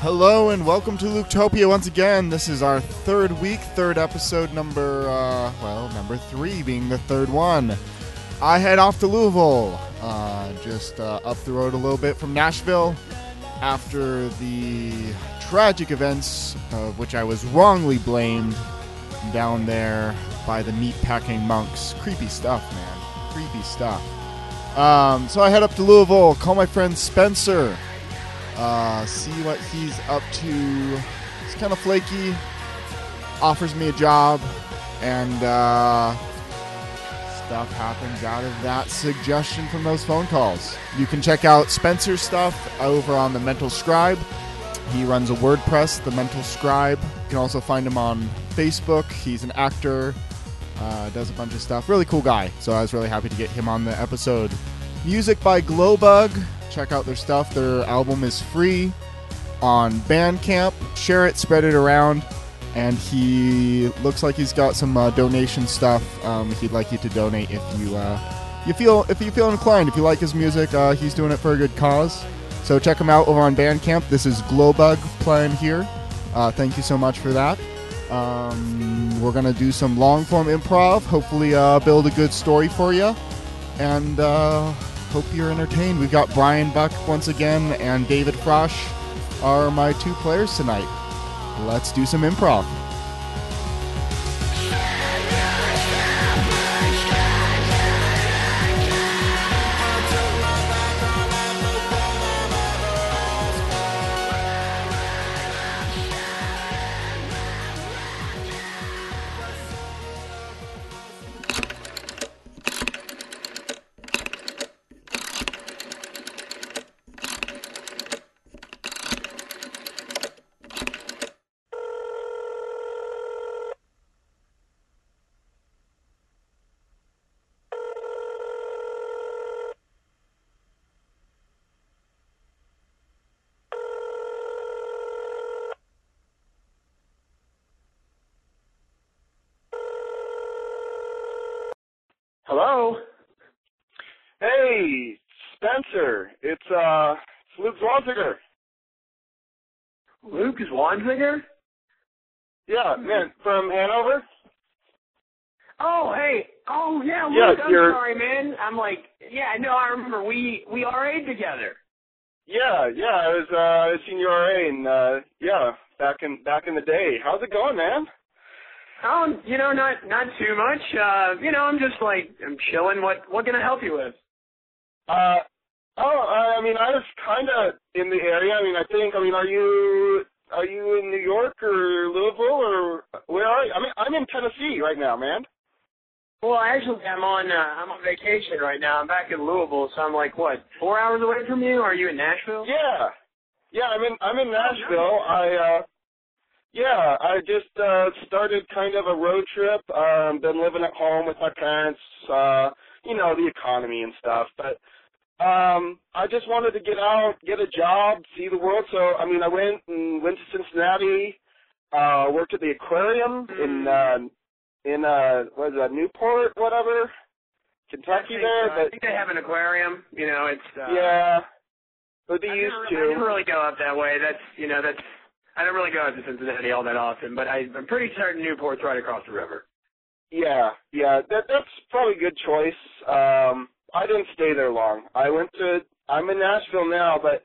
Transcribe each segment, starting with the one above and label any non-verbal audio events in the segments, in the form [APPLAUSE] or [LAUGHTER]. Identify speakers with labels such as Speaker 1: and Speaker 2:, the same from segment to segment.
Speaker 1: Hello and welcome to Lutopia once again. This is our third week, third episode, number uh, well, number three being the third one. I head off to Louisville, uh, just uh, up the road a little bit from Nashville, after the tragic events of which I was wrongly blamed down there by the meatpacking monks. Creepy stuff, man. Creepy stuff. Um, so I head up to Louisville, call my friend Spencer, uh, see what he's up to. He's kind of flaky, offers me a job, and uh, stuff happens out of that suggestion from those phone calls. You can check out Spencer's stuff over on The Mental Scribe. He runs a WordPress, The Mental Scribe. You can also find him on Facebook. He's an actor, uh, does a bunch of stuff. Really cool guy. So I was really happy to get him on the episode. Music by Glowbug. Check out their stuff. Their album is free on Bandcamp. Share it, spread it around. And he looks like he's got some uh, donation stuff. Um, he'd like you to donate if you uh, you feel if you feel inclined. If you like his music, uh, he's doing it for a good cause. So check him out over on Bandcamp. This is Glowbug playing here. Uh, thank you so much for that. Um, we're gonna do some long form improv. Hopefully, uh, build a good story for you and uh, hope you're entertained. We've got Brian Buck once again, and David Frosh are my two players tonight. Let's do some improv.
Speaker 2: Hello.
Speaker 3: Hey, Spencer, it's uh it's Luke Zwanziger.
Speaker 2: Luke Zwanziger?
Speaker 3: Yeah, man, from Hanover.
Speaker 2: Oh, hey. Oh, yeah, Luke.
Speaker 3: Yes,
Speaker 2: I'm
Speaker 3: you're-
Speaker 2: sorry, man. I'm like, yeah, no, I remember. We we RA'd together.
Speaker 3: Yeah, yeah, I was uh I was senior RA and uh yeah, back in back in the day. How's it going, man?
Speaker 2: Oh, you know, not not too much. Uh, you know, I'm just like I'm chilling. What what can I help you with?
Speaker 3: Uh oh, I, I mean I was kinda in the area. I mean I think I mean are you are you in New York or Louisville or where are you? I mean I'm in Tennessee right now, man.
Speaker 2: Well, actually, I'm on uh, I'm on vacation right now. I'm back in Louisville, so I'm like what four hours away from you. Are you in Nashville? Oh,
Speaker 3: Yeah. Yeah, I'm in I'm in [LAUGHS]
Speaker 2: nice.
Speaker 3: Nashville. I uh yeah, I just uh started kind of a road trip. Um been living at home with my parents, uh you know, the economy and stuff, but um I just wanted to get out, get a job, see the world. So, I mean, I went and went to Cincinnati, uh worked at the aquarium in
Speaker 2: Mm.
Speaker 3: uh in uh what is that, Newport, whatever,
Speaker 2: I
Speaker 3: Kentucky
Speaker 2: think,
Speaker 3: there,
Speaker 2: uh, I
Speaker 3: but
Speaker 2: think they have an aquarium. You know, it's uh,
Speaker 3: yeah. But they
Speaker 2: I
Speaker 3: used
Speaker 2: never,
Speaker 3: to.
Speaker 2: I didn't really go up that way. That's you know that's I don't really go up to Cincinnati all that often, but I, I'm pretty certain Newport's right across the river.
Speaker 3: Yeah, yeah, that that's probably a good choice. Um, I didn't stay there long. I went to I'm in Nashville now, but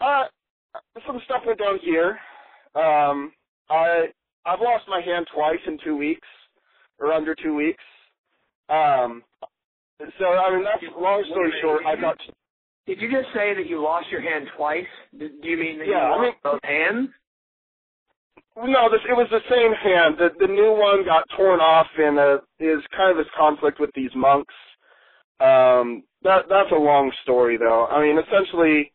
Speaker 3: uh, some stuff went down here. Um, I I've lost my hand twice in two weeks, or under two weeks. Um, so I mean that's long story short. I got
Speaker 2: Did you just say that you lost your hand twice? Do, do you mean that
Speaker 3: Yeah,
Speaker 2: you
Speaker 3: I
Speaker 2: lost
Speaker 3: mean-
Speaker 2: both hands?
Speaker 3: No, this it was the same hand. The the new one got torn off and uh is kind of this conflict with these monks. Um that that's a long story though. I mean essentially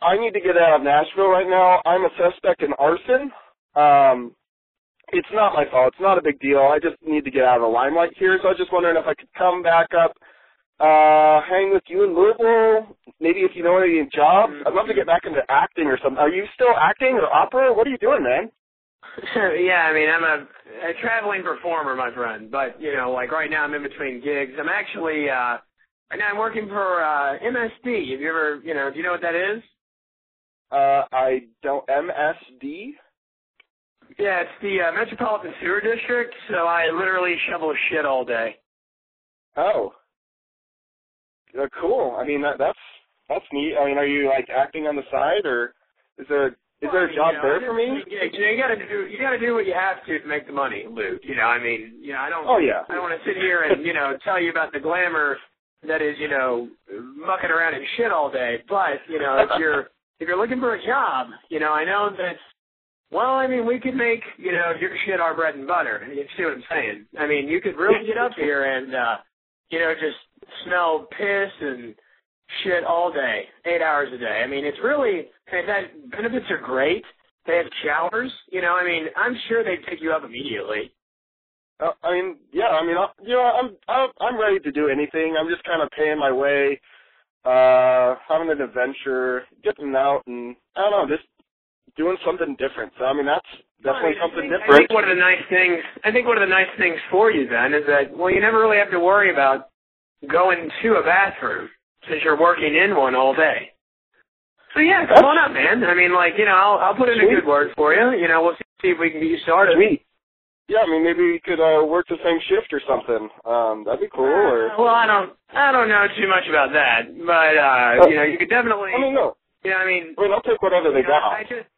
Speaker 3: I need to get out of Nashville right now. I'm a suspect in arson. Um it's not my fault. It's not a big deal. I just need to get out of the limelight here, so I was just wondering if I could come back up, uh, hang with you in Louisville. Maybe if you know any jobs. I'd love to get back into acting or something. Are you still acting or opera? What are you doing, man?
Speaker 2: yeah, I mean I'm a, a traveling performer, my friend. But you know, like right now I'm in between gigs. I'm actually uh, right now I'm working for uh, MSD. Have you ever you know do you know what that is?
Speaker 3: Uh, I don't MSD.
Speaker 2: Yeah, it's the uh, Metropolitan Sewer District, so I literally shovel shit all day.
Speaker 3: Oh, uh, cool. I mean, that, that's that's neat. I mean, are you like acting on the side, or is there is there a job
Speaker 2: You know,
Speaker 3: there for me?
Speaker 2: Yeah, you, know, you gotta do you gotta do what you have to to make the money, Luke. You know, I mean, you know, I don't
Speaker 3: Oh yeah.
Speaker 2: I don't want to sit here and you know tell you about the glamour that is you know mucking around in shit all day. But you know if you're if you're looking for a job, you know I know that. Well, I mean, we could make you know your shit our bread and butter. You see what I'm saying? I mean, you could really get up here and uh, you know just smell piss and shit all day, eight hours a day. I mean, it's really and that benefits are great. They have showers, you know. I mean, I'm sure they'd pick you up immediately.
Speaker 3: Uh, I mean, yeah. I mean, I, you know, I'm I'm I'm ready to do anything. I'm just kind of paying my way, uh, having an adventure, getting out, and I don't know, just doing something different. So I mean, that's
Speaker 2: Well,
Speaker 3: definitely
Speaker 2: I
Speaker 3: something
Speaker 2: think- I
Speaker 3: different.
Speaker 2: think one of the nice things I think one of the nice things for you then is that well you never really have to worry about going to a bathroom since you're working in one all day. So yeah, come on up, man. I mean, like you know, I'll I'll put in a
Speaker 3: Sweet.
Speaker 2: good word for you. You know, we'll see if we can get you started.
Speaker 3: Sweet. Yeah, I mean, maybe we could uh, work the same shift or something. Um, that'd be cool. Or
Speaker 2: Uh, well, I don't I don't know too much about that, but uh, you know, you could definitely.
Speaker 3: I mean, no.
Speaker 2: you know, I mean,
Speaker 3: I mean, I'll take whatever they
Speaker 2: You know,
Speaker 3: got.
Speaker 2: I just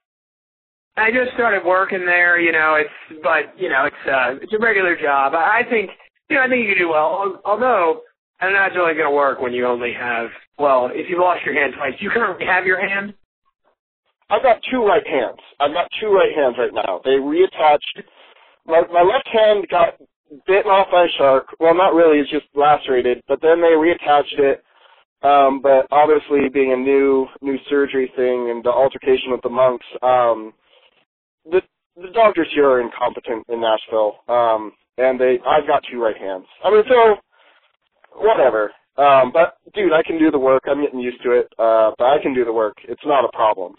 Speaker 2: I just started working there, you know, it's but you know, it's uh it's a regular job. I, I think you know, I think you do well. al- Although I don't know how it's really gonna work when you only have well, if you lost your hand twice, you currently have your hand?
Speaker 3: I've got two right hands. I've got two right hands right now. They reattached. My, my left hand got bitten off by a shark. Well, not really. It's just lacerated. But then they reattached it. Um, but obviously, being a new new surgery thing and the altercation with the monks, um, the the doctors here are incompetent in Nashville. Um, and they, I've got two right hands. I mean, so whatever. Um, but dude, I can do the work. I'm getting used to it. Uh, but I can do the work. It's not a problem.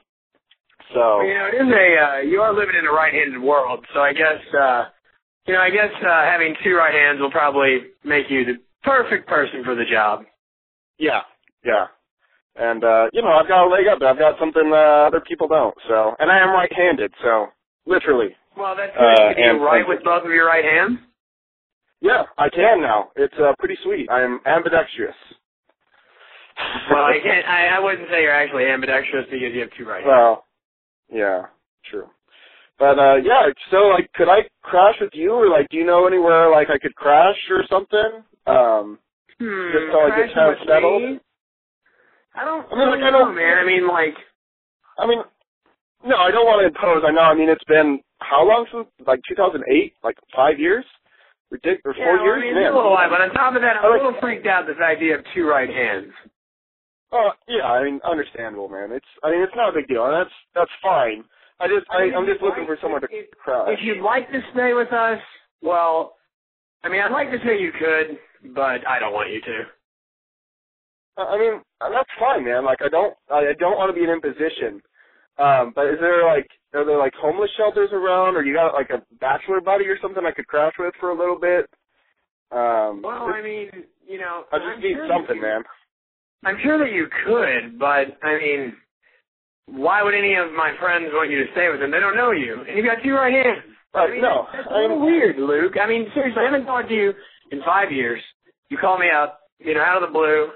Speaker 3: So
Speaker 2: You know, it is a uh you are living in a right handed world, so I guess uh you know, I guess uh having two right hands will probably make you the perfect person for the job.
Speaker 3: yeah, yeah, and uh, you know I've got a leg up. I've got something uh, other people don't. So and I am right-handed. So literally,
Speaker 2: Well that's
Speaker 3: Uh,
Speaker 2: good. Can
Speaker 3: and-
Speaker 2: you write with both of your right hands?
Speaker 3: yeah, I can now. It's uh, pretty sweet. I am ambidextrous.
Speaker 2: [LAUGHS] Well, I can't. I, I wouldn't say you're actually ambidextrous because you have two right hands.
Speaker 3: well, yeah, true. But uh, yeah, so like, could I crash with you, or like, do you know anywhere like I could crash or something? Um,
Speaker 2: Hmm,
Speaker 3: just so I get
Speaker 2: crashing
Speaker 3: kind of
Speaker 2: with
Speaker 3: settled?
Speaker 2: me? I don't.
Speaker 3: I
Speaker 2: I
Speaker 3: mean, like, I
Speaker 2: don't know,
Speaker 3: don't-
Speaker 2: man. I mean, like,
Speaker 3: I mean, no, I don't want to impose. I know. I mean, it's been how long since like 2008? Like five years? Ridic- or
Speaker 2: yeah,
Speaker 3: four
Speaker 2: well,
Speaker 3: years?
Speaker 2: I mean,
Speaker 3: Man.
Speaker 2: it's a little while, but on top of that, I'm
Speaker 3: I
Speaker 2: a
Speaker 3: like-
Speaker 2: little freaked out the fact that you have two right hands.
Speaker 3: Uh, yeah, I mean, understandable, man. It's, I mean, it's not a big deal. and That's, that's fine. I just, I, I'm just looking for someone to
Speaker 2: If,
Speaker 3: crash.
Speaker 2: if you'd like to stay with us, well, I mean, I'd like to say you could, but I don't want you to.
Speaker 3: I I mean, uh, that's fine, man. Like, I don't, I I don't want to be an imposition. Um, but is there like, are there like homeless shelters around, or you got like a bachelor buddy or something I could crash with for a little bit? Um,
Speaker 2: Well, I mean, you know,
Speaker 3: I
Speaker 2: I'm
Speaker 3: just need
Speaker 2: sure that
Speaker 3: something,
Speaker 2: you-
Speaker 3: man.
Speaker 2: I'm sure that you could, but I mean, why would any of my friends want you to stay with them? They don't know you, and you've got two right hands. I
Speaker 3: Right,
Speaker 2: mean,
Speaker 3: Uh, no,
Speaker 2: that's, that's
Speaker 3: I
Speaker 2: a little
Speaker 3: mean-
Speaker 2: weird, Luke. I mean, seriously, I haven't talked to you in five years. You call me up, you know, out of the blue,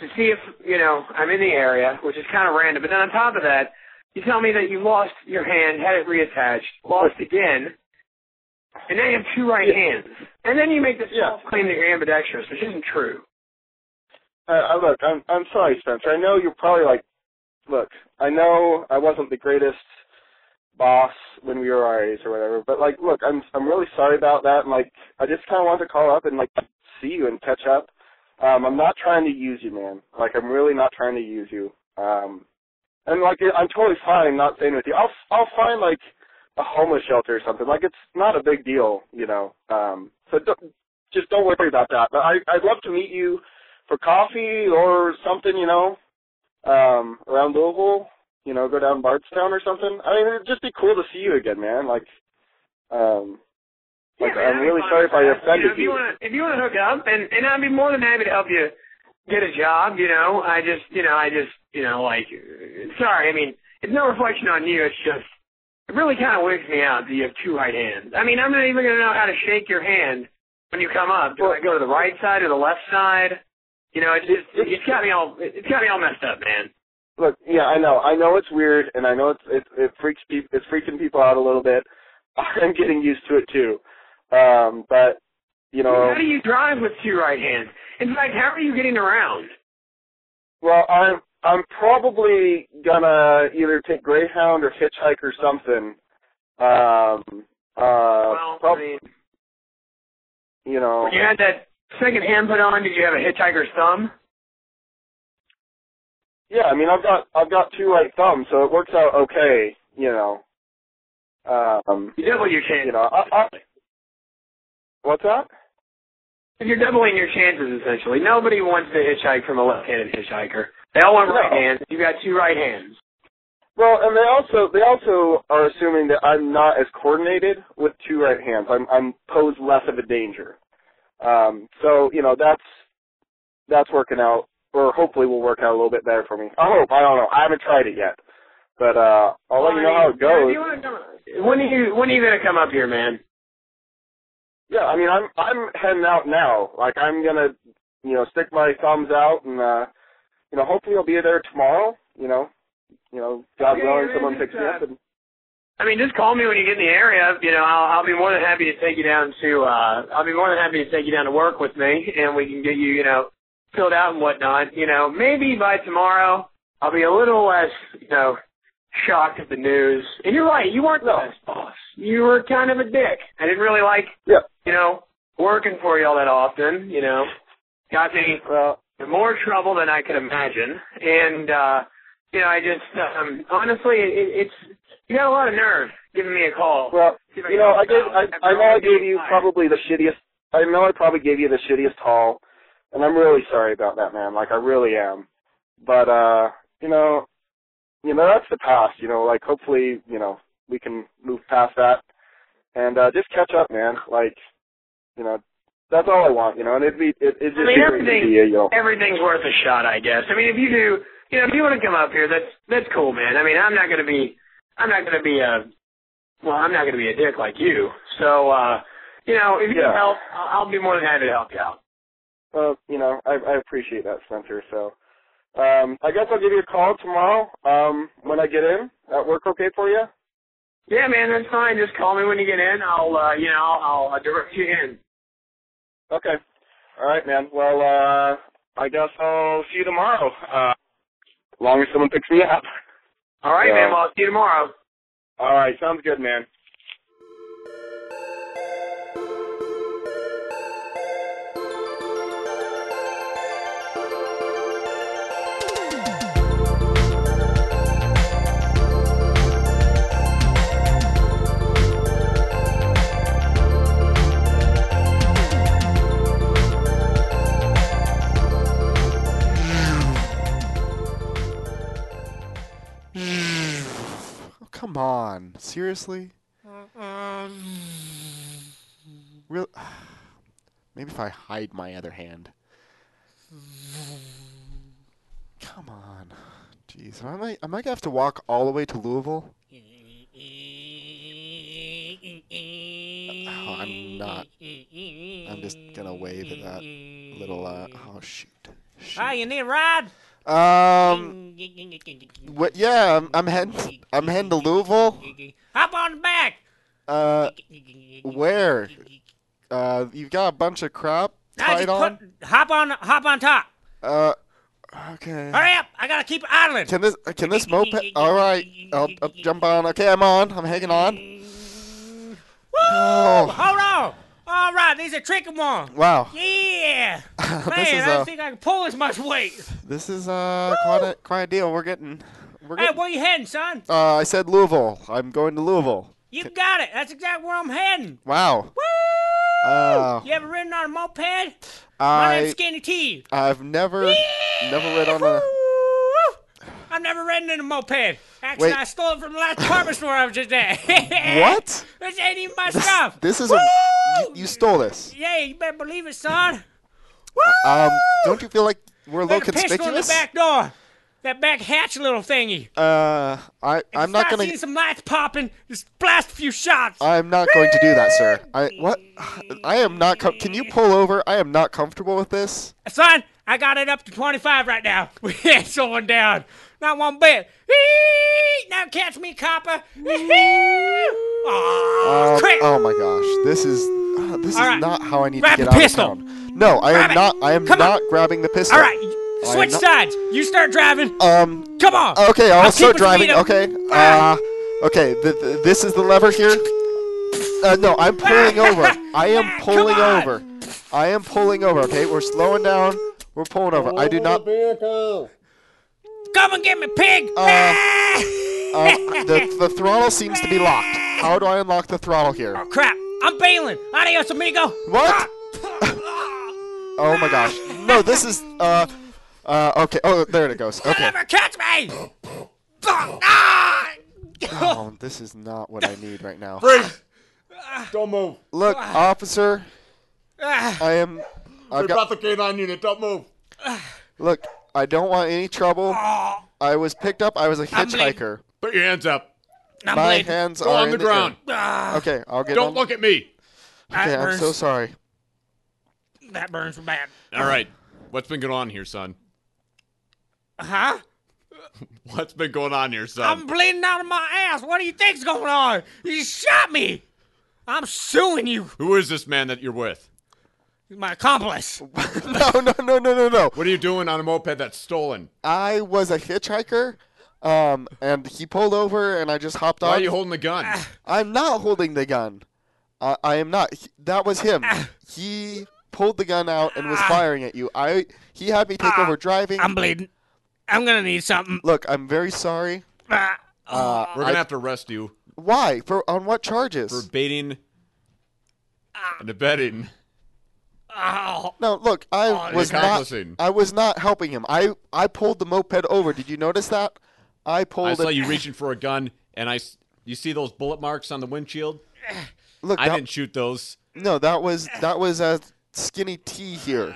Speaker 2: to see if you know I'm in the area, which is kind of random. But then on top of that, you tell me that you lost your hand, had it reattached, lost again, and now you have two right
Speaker 3: Yeah.
Speaker 2: hands. And then you make this
Speaker 3: Yeah.
Speaker 2: false claim that you're ambidextrous, which isn't true.
Speaker 3: I, I Uh, look, I'm I'm sorry, Spencer. I know you're probably like, look, I know I wasn't the greatest boss when we were RAs or whatever, but like, look, I'm I'm really sorry about that, and like, I just kind of wanted to call up and like see you and catch up. Um, I'm not trying to use you, man. Like, I'm really not trying to use you. Um, and like, I'm totally fine not staying with you. I'll I'll find like a homeless shelter or something. Like, it's not a big deal, you know. Um, so don't, just don't worry about that. But I I'd love to meet you for coffee or something, you know, um, around Louisville, you know, go down Bardstown or something. I mean, it'd just be cool to see you again, man. Like, um, like
Speaker 2: man,
Speaker 3: I'm
Speaker 2: that'd be
Speaker 3: really
Speaker 2: fine.
Speaker 3: sorry if I
Speaker 2: know,
Speaker 3: offended
Speaker 2: if you
Speaker 3: you.
Speaker 2: want to, if you want to hook up, and and I'd be more than happy to help you get a job. You know, I just, you know, I just, you know, like, uh, sorry. I mean, it's no reflection on you. It's just it really kind of wigs me out that you have two right hands. I mean, I'm not even gonna know how to shake your hand when you come up. Do I go to the right side or the left side? You know, it just it's got me all it's got me all messed up, man.
Speaker 3: Look, yeah, I know, I know it's weird, and I know it's it, it freaks people, it's freaking people out a little bit. [LAUGHS] I'm getting used to it too, um, but you know,
Speaker 2: How do you drive with two right hands? In fact, how are you getting around?
Speaker 3: well, I'm I'm probably gonna either take Greyhound or hitchhike or something. Um, uh,
Speaker 2: well,
Speaker 3: prob-
Speaker 2: I mean,
Speaker 3: you know,
Speaker 2: when you had that second hand put on, did you have a hitchhiker's thumb?
Speaker 3: yeah, I mean, I've got I've got two right thumbs, so it works out okay, you know. Um,
Speaker 2: You double your chances.
Speaker 3: you know, I, I, what's that?
Speaker 2: You're doubling your chances essentially. Nobody wants to hitchhike from a left-handed hitchhiker. They all want
Speaker 3: No.
Speaker 2: right hands. You got two right hands.
Speaker 3: Well, and they also they also are assuming that I'm not as coordinated with two right hands. I'm I'm pose less of a danger. Um, so you know that's that's working out, or hopefully will work out a little bit better for me. I hope. I don't know. I haven't tried it yet, but uh, I'll let you know how it
Speaker 2: Well, I mean,
Speaker 3: goes.
Speaker 2: you wanna come- When are you when are you gonna come up here, man?
Speaker 3: Yeah, I mean I'm I'm heading out now. Like I'm gonna you know stick my thumbs out and uh, you know hopefully I'll be there tomorrow. You know, you know God
Speaker 2: Okay,
Speaker 3: willing
Speaker 2: man,
Speaker 3: someone
Speaker 2: just,
Speaker 3: picks me up
Speaker 2: uh,
Speaker 3: and
Speaker 2: I mean, just call me when you get in the area. You know, I'll, I'll be more than happy to take you down to. uh I'll be more than happy to take you down to work with me, and we can get you, you know, filled out and whatnot. You know, maybe by tomorrow I'll be a little less, you know, shocked at the news. And you're right, you weren't the
Speaker 3: No.
Speaker 2: best boss. You were kind of a dick. I didn't really like,
Speaker 3: Yeah.
Speaker 2: you know, working for you all that often. You know, got me
Speaker 3: well.
Speaker 2: more trouble than I could imagine. And uh, you know, I just um, honestly, it, it's you got a lot of nerve giving me a call.
Speaker 3: Well,
Speaker 2: See if
Speaker 3: you know, I
Speaker 2: can
Speaker 3: gave,
Speaker 2: help out.
Speaker 3: I, I
Speaker 2: After
Speaker 3: know
Speaker 2: all
Speaker 3: I
Speaker 2: the
Speaker 3: gave you
Speaker 2: fire.
Speaker 3: probably the shittiest. I know I probably gave you the shittiest haul, and I'm really sorry about that, man. Like I really am. But uh, you know, you know that's the past. You know, like hopefully, you know, we can move past that and uh just catch up, man. Like, you know, that's all I want. You know, and it'd be it, it'd just
Speaker 2: I mean,
Speaker 3: be great to
Speaker 2: everything-
Speaker 3: see you. you know.
Speaker 2: Everything's worth a shot, I guess. I mean, if you do, you know, if you want to come up here, that's that's cool, man. I mean, I'm not gonna be, I'm not gonna be a, well, I'm not gonna be a dick like you. So, uh, you know, if you
Speaker 3: Yeah.
Speaker 2: can help, I'll, I'll be more than happy to help you out.
Speaker 3: Well, you know, I, I appreciate that, Spencer. So, um, I guess I'll give you a call tomorrow um, when I get in. That work okay for you?
Speaker 2: Yeah, man, that's fine. Just call me when you get in. I'll, uh, you know, I'll, I'll direct you in.
Speaker 3: Okay. All right, man. Well, uh, I guess I'll see you tomorrow. Uh, long as someone picks me up.
Speaker 2: All right,
Speaker 3: Yeah.
Speaker 2: man. Well, I'll see you tomorrow.
Speaker 3: uh, All right, sounds good, man.
Speaker 1: Oh, come on. Seriously? Real [SIGHS] Maybe if I hide my other hand. Come on. Jeez. Am I am I gonna have to walk all the way to Louisville? Oh, I'm not. I'm just gonna wave at that little uh oh shoot.
Speaker 4: Ah,
Speaker 1: shoot.
Speaker 4: you need a ride?
Speaker 1: Um what yeah, I'm I'm heading I'm heading to Louisville.
Speaker 4: Hop on the back.
Speaker 1: Uh where? Uh you've got a bunch of crap
Speaker 4: I
Speaker 1: tied
Speaker 4: just
Speaker 1: on.
Speaker 4: put- hop on, hop on top.
Speaker 1: Uh okay.
Speaker 4: Hurry up! I gotta keep idling.
Speaker 1: Can this uh, can this moped? All right, I'll, I'll jump on. Okay, I'm on. I'm hanging on.
Speaker 4: Woo!
Speaker 1: Oh,
Speaker 4: Hold on. All right, these are tricky ones.
Speaker 1: wow.
Speaker 4: Yeah. Man,
Speaker 1: [LAUGHS] this is uh,
Speaker 4: I don't
Speaker 1: a
Speaker 4: think I can pull as much weight.
Speaker 1: this is uh, quite a quite a deal. We're getting we're
Speaker 4: Hey,
Speaker 1: getting.
Speaker 4: where you heading, son?
Speaker 1: Uh, I said Louisville. I'm going to Louisville.
Speaker 4: You got it. That's exactly where I'm heading.
Speaker 1: Wow.
Speaker 4: Woo!
Speaker 1: Uh,
Speaker 4: you ever ridden on a moped? My
Speaker 1: I
Speaker 4: name's Skinny T.
Speaker 1: I've never never read on a.
Speaker 4: Woo! I've never ridden in a moped. Actually,
Speaker 1: Wait.
Speaker 4: I stole it from the last department store I was just at. [LAUGHS]
Speaker 1: What?
Speaker 4: This ain't even my
Speaker 1: This,
Speaker 4: stuff.
Speaker 1: this is a. You, you stole this.
Speaker 4: Yeah, you better believe it, son. Woo!
Speaker 1: Um, don't you feel like we're a little
Speaker 4: There's a pistol in the
Speaker 1: conspicuous?
Speaker 4: back door. that back hatch little thingy.
Speaker 1: Uh, I I'm not
Speaker 4: Start
Speaker 1: gonna. Uh.
Speaker 4: seeing some lights popping. Just blast a few shots.
Speaker 1: I'm not going to do that, sir. I what? I am not. Com- Can you pull over? I am not comfortable with this.
Speaker 4: Son, I got it up to 25 right now. [LAUGHS] We ain't slowing down. Not one bit. Eee! Now catch me, copper. oh,
Speaker 1: Um,
Speaker 4: quick.
Speaker 1: oh my gosh, this is uh, this
Speaker 4: All
Speaker 1: is
Speaker 4: right.
Speaker 1: not how I need
Speaker 4: Grab
Speaker 1: to
Speaker 4: the
Speaker 1: get out
Speaker 4: pistol.
Speaker 1: of town. No, I
Speaker 4: Grab
Speaker 1: am
Speaker 4: it.
Speaker 1: not. I am
Speaker 4: Come on.
Speaker 1: not grabbing the pistol.
Speaker 4: All right, you-
Speaker 1: I am
Speaker 4: switch
Speaker 1: not-
Speaker 4: sides. You start driving.
Speaker 1: Um.
Speaker 4: Come on.
Speaker 1: Okay, I'll,
Speaker 4: I'll
Speaker 1: start
Speaker 4: keep it from
Speaker 1: driving.
Speaker 4: you.
Speaker 1: Okay. Uh, okay. Th- th- this is the lever here. Uh, no, I'm
Speaker 4: [LAUGHS]
Speaker 1: pulling over. I am
Speaker 4: Come
Speaker 1: pulling
Speaker 4: on.
Speaker 1: over. I am pulling over. Okay, we're slowing down. We're pulling over. I do not.
Speaker 4: Come and get me, pig.
Speaker 1: Uh, Uh, the, the throttle seems to be locked. How do I unlock the throttle here?
Speaker 4: Crap. I'm bailing. Adios, amigo.
Speaker 1: What? [LAUGHS] Oh my gosh. No, this is uh uh okay. Oh, there it goes. Okay.
Speaker 4: Never catch me. Fuck. Ah!
Speaker 1: Oh, this is not what I need right now.
Speaker 5: Freeze! Don't move.
Speaker 1: Look, officer,
Speaker 4: Ah,
Speaker 1: I am
Speaker 5: We
Speaker 1: I've
Speaker 5: brought
Speaker 1: got
Speaker 5: the K9 unit. Don't move.
Speaker 1: Look, I don't want any trouble.
Speaker 5: Ah.
Speaker 1: I was picked up. I was a
Speaker 4: bleeding.
Speaker 1: hitchhiker.
Speaker 5: Put your hands up.
Speaker 4: I'm
Speaker 1: My
Speaker 4: bleeding.
Speaker 1: hands
Speaker 5: Go
Speaker 1: are
Speaker 5: on
Speaker 1: in
Speaker 5: the ground. Ah.
Speaker 1: air. Okay, I'll get
Speaker 5: Don't
Speaker 1: on-
Speaker 5: look at me.
Speaker 1: Okay,
Speaker 4: That
Speaker 1: I'm so
Speaker 4: burns.
Speaker 1: sorry.
Speaker 4: That burns bad.
Speaker 5: All right. What's been going on here, son?
Speaker 4: Huh?
Speaker 5: [LAUGHS] What's been going on here, son?
Speaker 4: I'm bleeding out of my ass. What do you think's going on? You shot me. I'm suing you,
Speaker 5: Who is this man that you're with?
Speaker 4: my accomplice.
Speaker 1: [LAUGHS] no, no, no, no, no, no.
Speaker 5: What are you doing on a moped that's stolen?
Speaker 1: I was a hitchhiker. Um, and he pulled over, and I just hopped
Speaker 5: Why
Speaker 1: on.
Speaker 5: are you holding the gun?
Speaker 1: Ah. I'm not holding the gun. I, I am not. He- that was him.
Speaker 5: Ah.
Speaker 1: He pulled the gun out and was firing at you. I he had me
Speaker 5: Ah.
Speaker 1: take over driving.
Speaker 4: I'm bleeding. I'm gonna need something.
Speaker 1: Look, I'm very sorry.
Speaker 4: Ah,
Speaker 1: Uh,
Speaker 5: We're
Speaker 1: I-
Speaker 5: gonna have to arrest you
Speaker 1: why? For on what
Speaker 5: for
Speaker 1: charges?
Speaker 5: baiting and abetting.
Speaker 4: ow.
Speaker 1: no, look, I
Speaker 4: Oh,
Speaker 1: was not.
Speaker 5: accomplice.
Speaker 1: I was not helping him. I I pulled the moped over. Did you notice that? I pulled
Speaker 5: I saw
Speaker 1: it.
Speaker 5: you reaching for a gun, and I s- you see those bullet marks on the windshield.
Speaker 1: Look,
Speaker 5: I
Speaker 1: that,
Speaker 5: didn't shoot those.
Speaker 1: no, that was that was a skinny T here.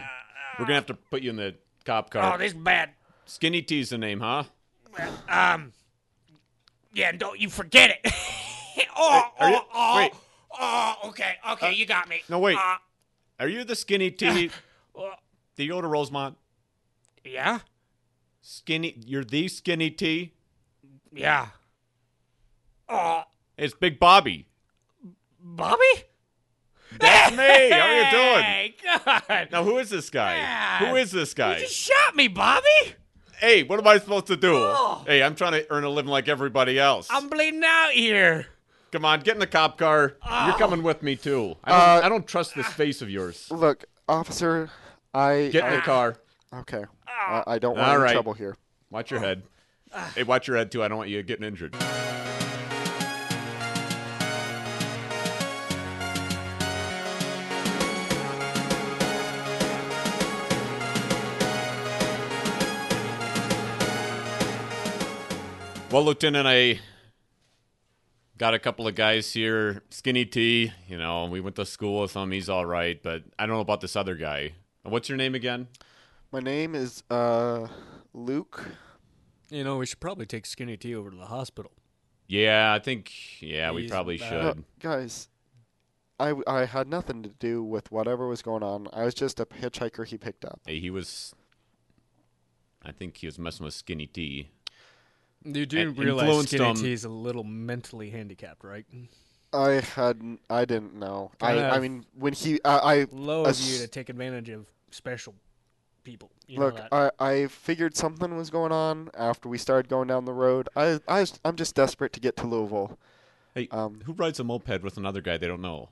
Speaker 5: We're gonna have to put you in the cop
Speaker 4: Oh,
Speaker 5: car.
Speaker 4: this is bad.
Speaker 5: Skinny T's the name, huh?
Speaker 4: Um. Yeah, and don't you forget it. [LAUGHS] oh,
Speaker 5: Are you-
Speaker 4: oh, oh,
Speaker 5: wait. Uh,
Speaker 4: oh, okay, okay, you got me.
Speaker 5: no, wait.
Speaker 4: Uh,
Speaker 5: Are you the Skinny T?
Speaker 4: uh,
Speaker 5: Do you go to Rosemont?
Speaker 4: yeah,
Speaker 5: Skinny, you're the Skinny T.
Speaker 4: yeah. Oh,
Speaker 5: It's Big Bobby.
Speaker 4: Bobby?
Speaker 5: That's me. How are you doing?
Speaker 4: Hey,
Speaker 5: [LAUGHS]
Speaker 4: God.
Speaker 5: Now, who is this guy? Who is this
Speaker 4: You
Speaker 5: guy?
Speaker 4: just shot me, Bobby.
Speaker 5: Hey, what am I supposed to do?
Speaker 4: Oh.
Speaker 5: Hey, I'm trying to earn a living like everybody else.
Speaker 4: I'm bleeding out here. Oh.
Speaker 5: Come on, get in the cop car. You're coming with me too. I don't, I don't trust this face of yours.
Speaker 1: Uh, Look, officer, I
Speaker 5: Get in the
Speaker 1: I-
Speaker 5: car.
Speaker 1: Okay,
Speaker 4: Ah.
Speaker 1: I, I don't want
Speaker 5: All
Speaker 1: any
Speaker 5: right.
Speaker 1: trouble here.
Speaker 5: Watch your head. Hey, watch your head too. I don't want you getting injured. Well, Lieutenant, I got a couple of guys here. Skinny T, you know, we went to school with him. He's all right, but I don't know about this other guy. What's your name again?
Speaker 1: [LAUGHS] My name is uh Luke.
Speaker 6: You know, we should probably take Skinny T over to the hospital.
Speaker 5: Yeah, I think yeah, we
Speaker 6: He's
Speaker 5: probably
Speaker 6: back.
Speaker 1: No,
Speaker 5: should.
Speaker 1: guys, I I had nothing to do with whatever was going on. I was just a hitchhiker he picked up.
Speaker 5: Hey, he was I think he was messing with Skinny T.
Speaker 6: You do
Speaker 5: And
Speaker 6: realize
Speaker 5: influenced
Speaker 6: Skinny
Speaker 5: him.
Speaker 6: T is a little mentally handicapped, right?
Speaker 1: I hadn't. I didn't know. I,
Speaker 6: Kinda
Speaker 1: I mean, when he, I, I
Speaker 6: Low of you
Speaker 1: ass-
Speaker 6: to take advantage of special people. You
Speaker 1: look,
Speaker 6: know that.
Speaker 1: I, I figured something was going on after we started going down the road. I, I, I'm just desperate to get to Louisville.
Speaker 5: Hey,
Speaker 1: Um,
Speaker 5: who rides a moped with another guy they don't know?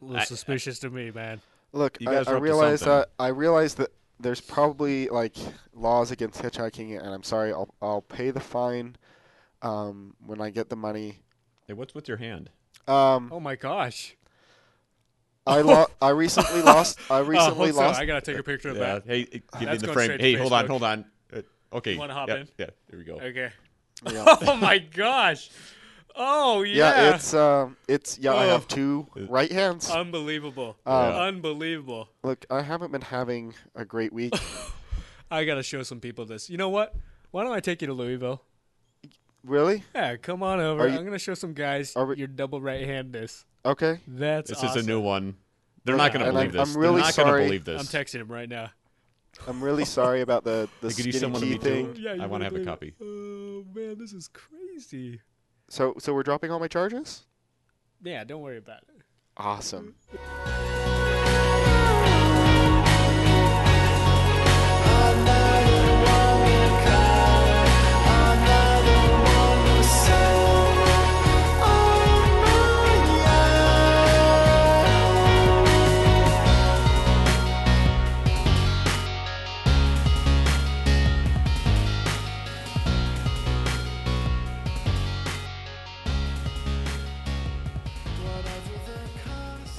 Speaker 6: a little
Speaker 5: I-
Speaker 6: suspicious to me, man.
Speaker 1: Look,
Speaker 5: You
Speaker 1: I,
Speaker 5: guys
Speaker 1: I
Speaker 5: are up to
Speaker 1: realize
Speaker 5: something.
Speaker 1: that I realize that there's probably like laws against hitchhiking, and I'm sorry. I'll I'll pay the fine um, when I get the money.
Speaker 5: Hey, what's with your hand?
Speaker 1: Um,
Speaker 6: Oh my gosh.
Speaker 1: I lo- I recently lost. I
Speaker 6: [LAUGHS] Oh,
Speaker 1: recently
Speaker 6: hold on,
Speaker 1: lost.
Speaker 6: I gotta take a picture of that.
Speaker 5: Hey, hey, get
Speaker 6: That's
Speaker 5: in the
Speaker 6: going
Speaker 5: frame.
Speaker 6: straight to
Speaker 5: Hey, hold on,
Speaker 6: Facebook.
Speaker 5: hold on. Uh, okay.
Speaker 6: wanna hop
Speaker 5: yeah,
Speaker 6: in?
Speaker 5: Yeah, here we go.
Speaker 6: Okay.
Speaker 1: Yeah.
Speaker 6: [LAUGHS] Oh my gosh. Oh yeah. Oh.
Speaker 1: yeah, it's um, it's yeah. I have two right hands.
Speaker 6: unbelievable.
Speaker 1: Um,
Speaker 6: Unbelievable. [LAUGHS]
Speaker 1: Look, I haven't been having a great week.
Speaker 6: I gotta show some people this. You know what? Why don't I take you to Louisville?
Speaker 1: Really?
Speaker 6: Yeah, come on over.
Speaker 1: Are you-
Speaker 6: I'm gonna show some guys
Speaker 1: are we-
Speaker 6: your double right hand this.
Speaker 1: Okay.
Speaker 6: That's
Speaker 5: This
Speaker 6: awesome.
Speaker 5: is a new one. They're not going to
Speaker 1: And I'm-
Speaker 5: believe this.
Speaker 1: I'm really
Speaker 5: They're not
Speaker 1: sorry.
Speaker 5: to believe this.
Speaker 6: I'm texting him right now.
Speaker 1: I'm really sorry about
Speaker 5: [LAUGHS]
Speaker 1: the the
Speaker 5: They could use
Speaker 1: skinny
Speaker 5: someone to
Speaker 1: tea
Speaker 5: meet too.
Speaker 1: thing.
Speaker 6: Yeah, you
Speaker 5: I want
Speaker 6: wouldn't
Speaker 5: to have a
Speaker 6: believe
Speaker 5: copy.
Speaker 6: it. Oh man, this is crazy.
Speaker 1: So so we're dropping all my charges.
Speaker 6: Yeah, don't worry about it.
Speaker 1: Awesome.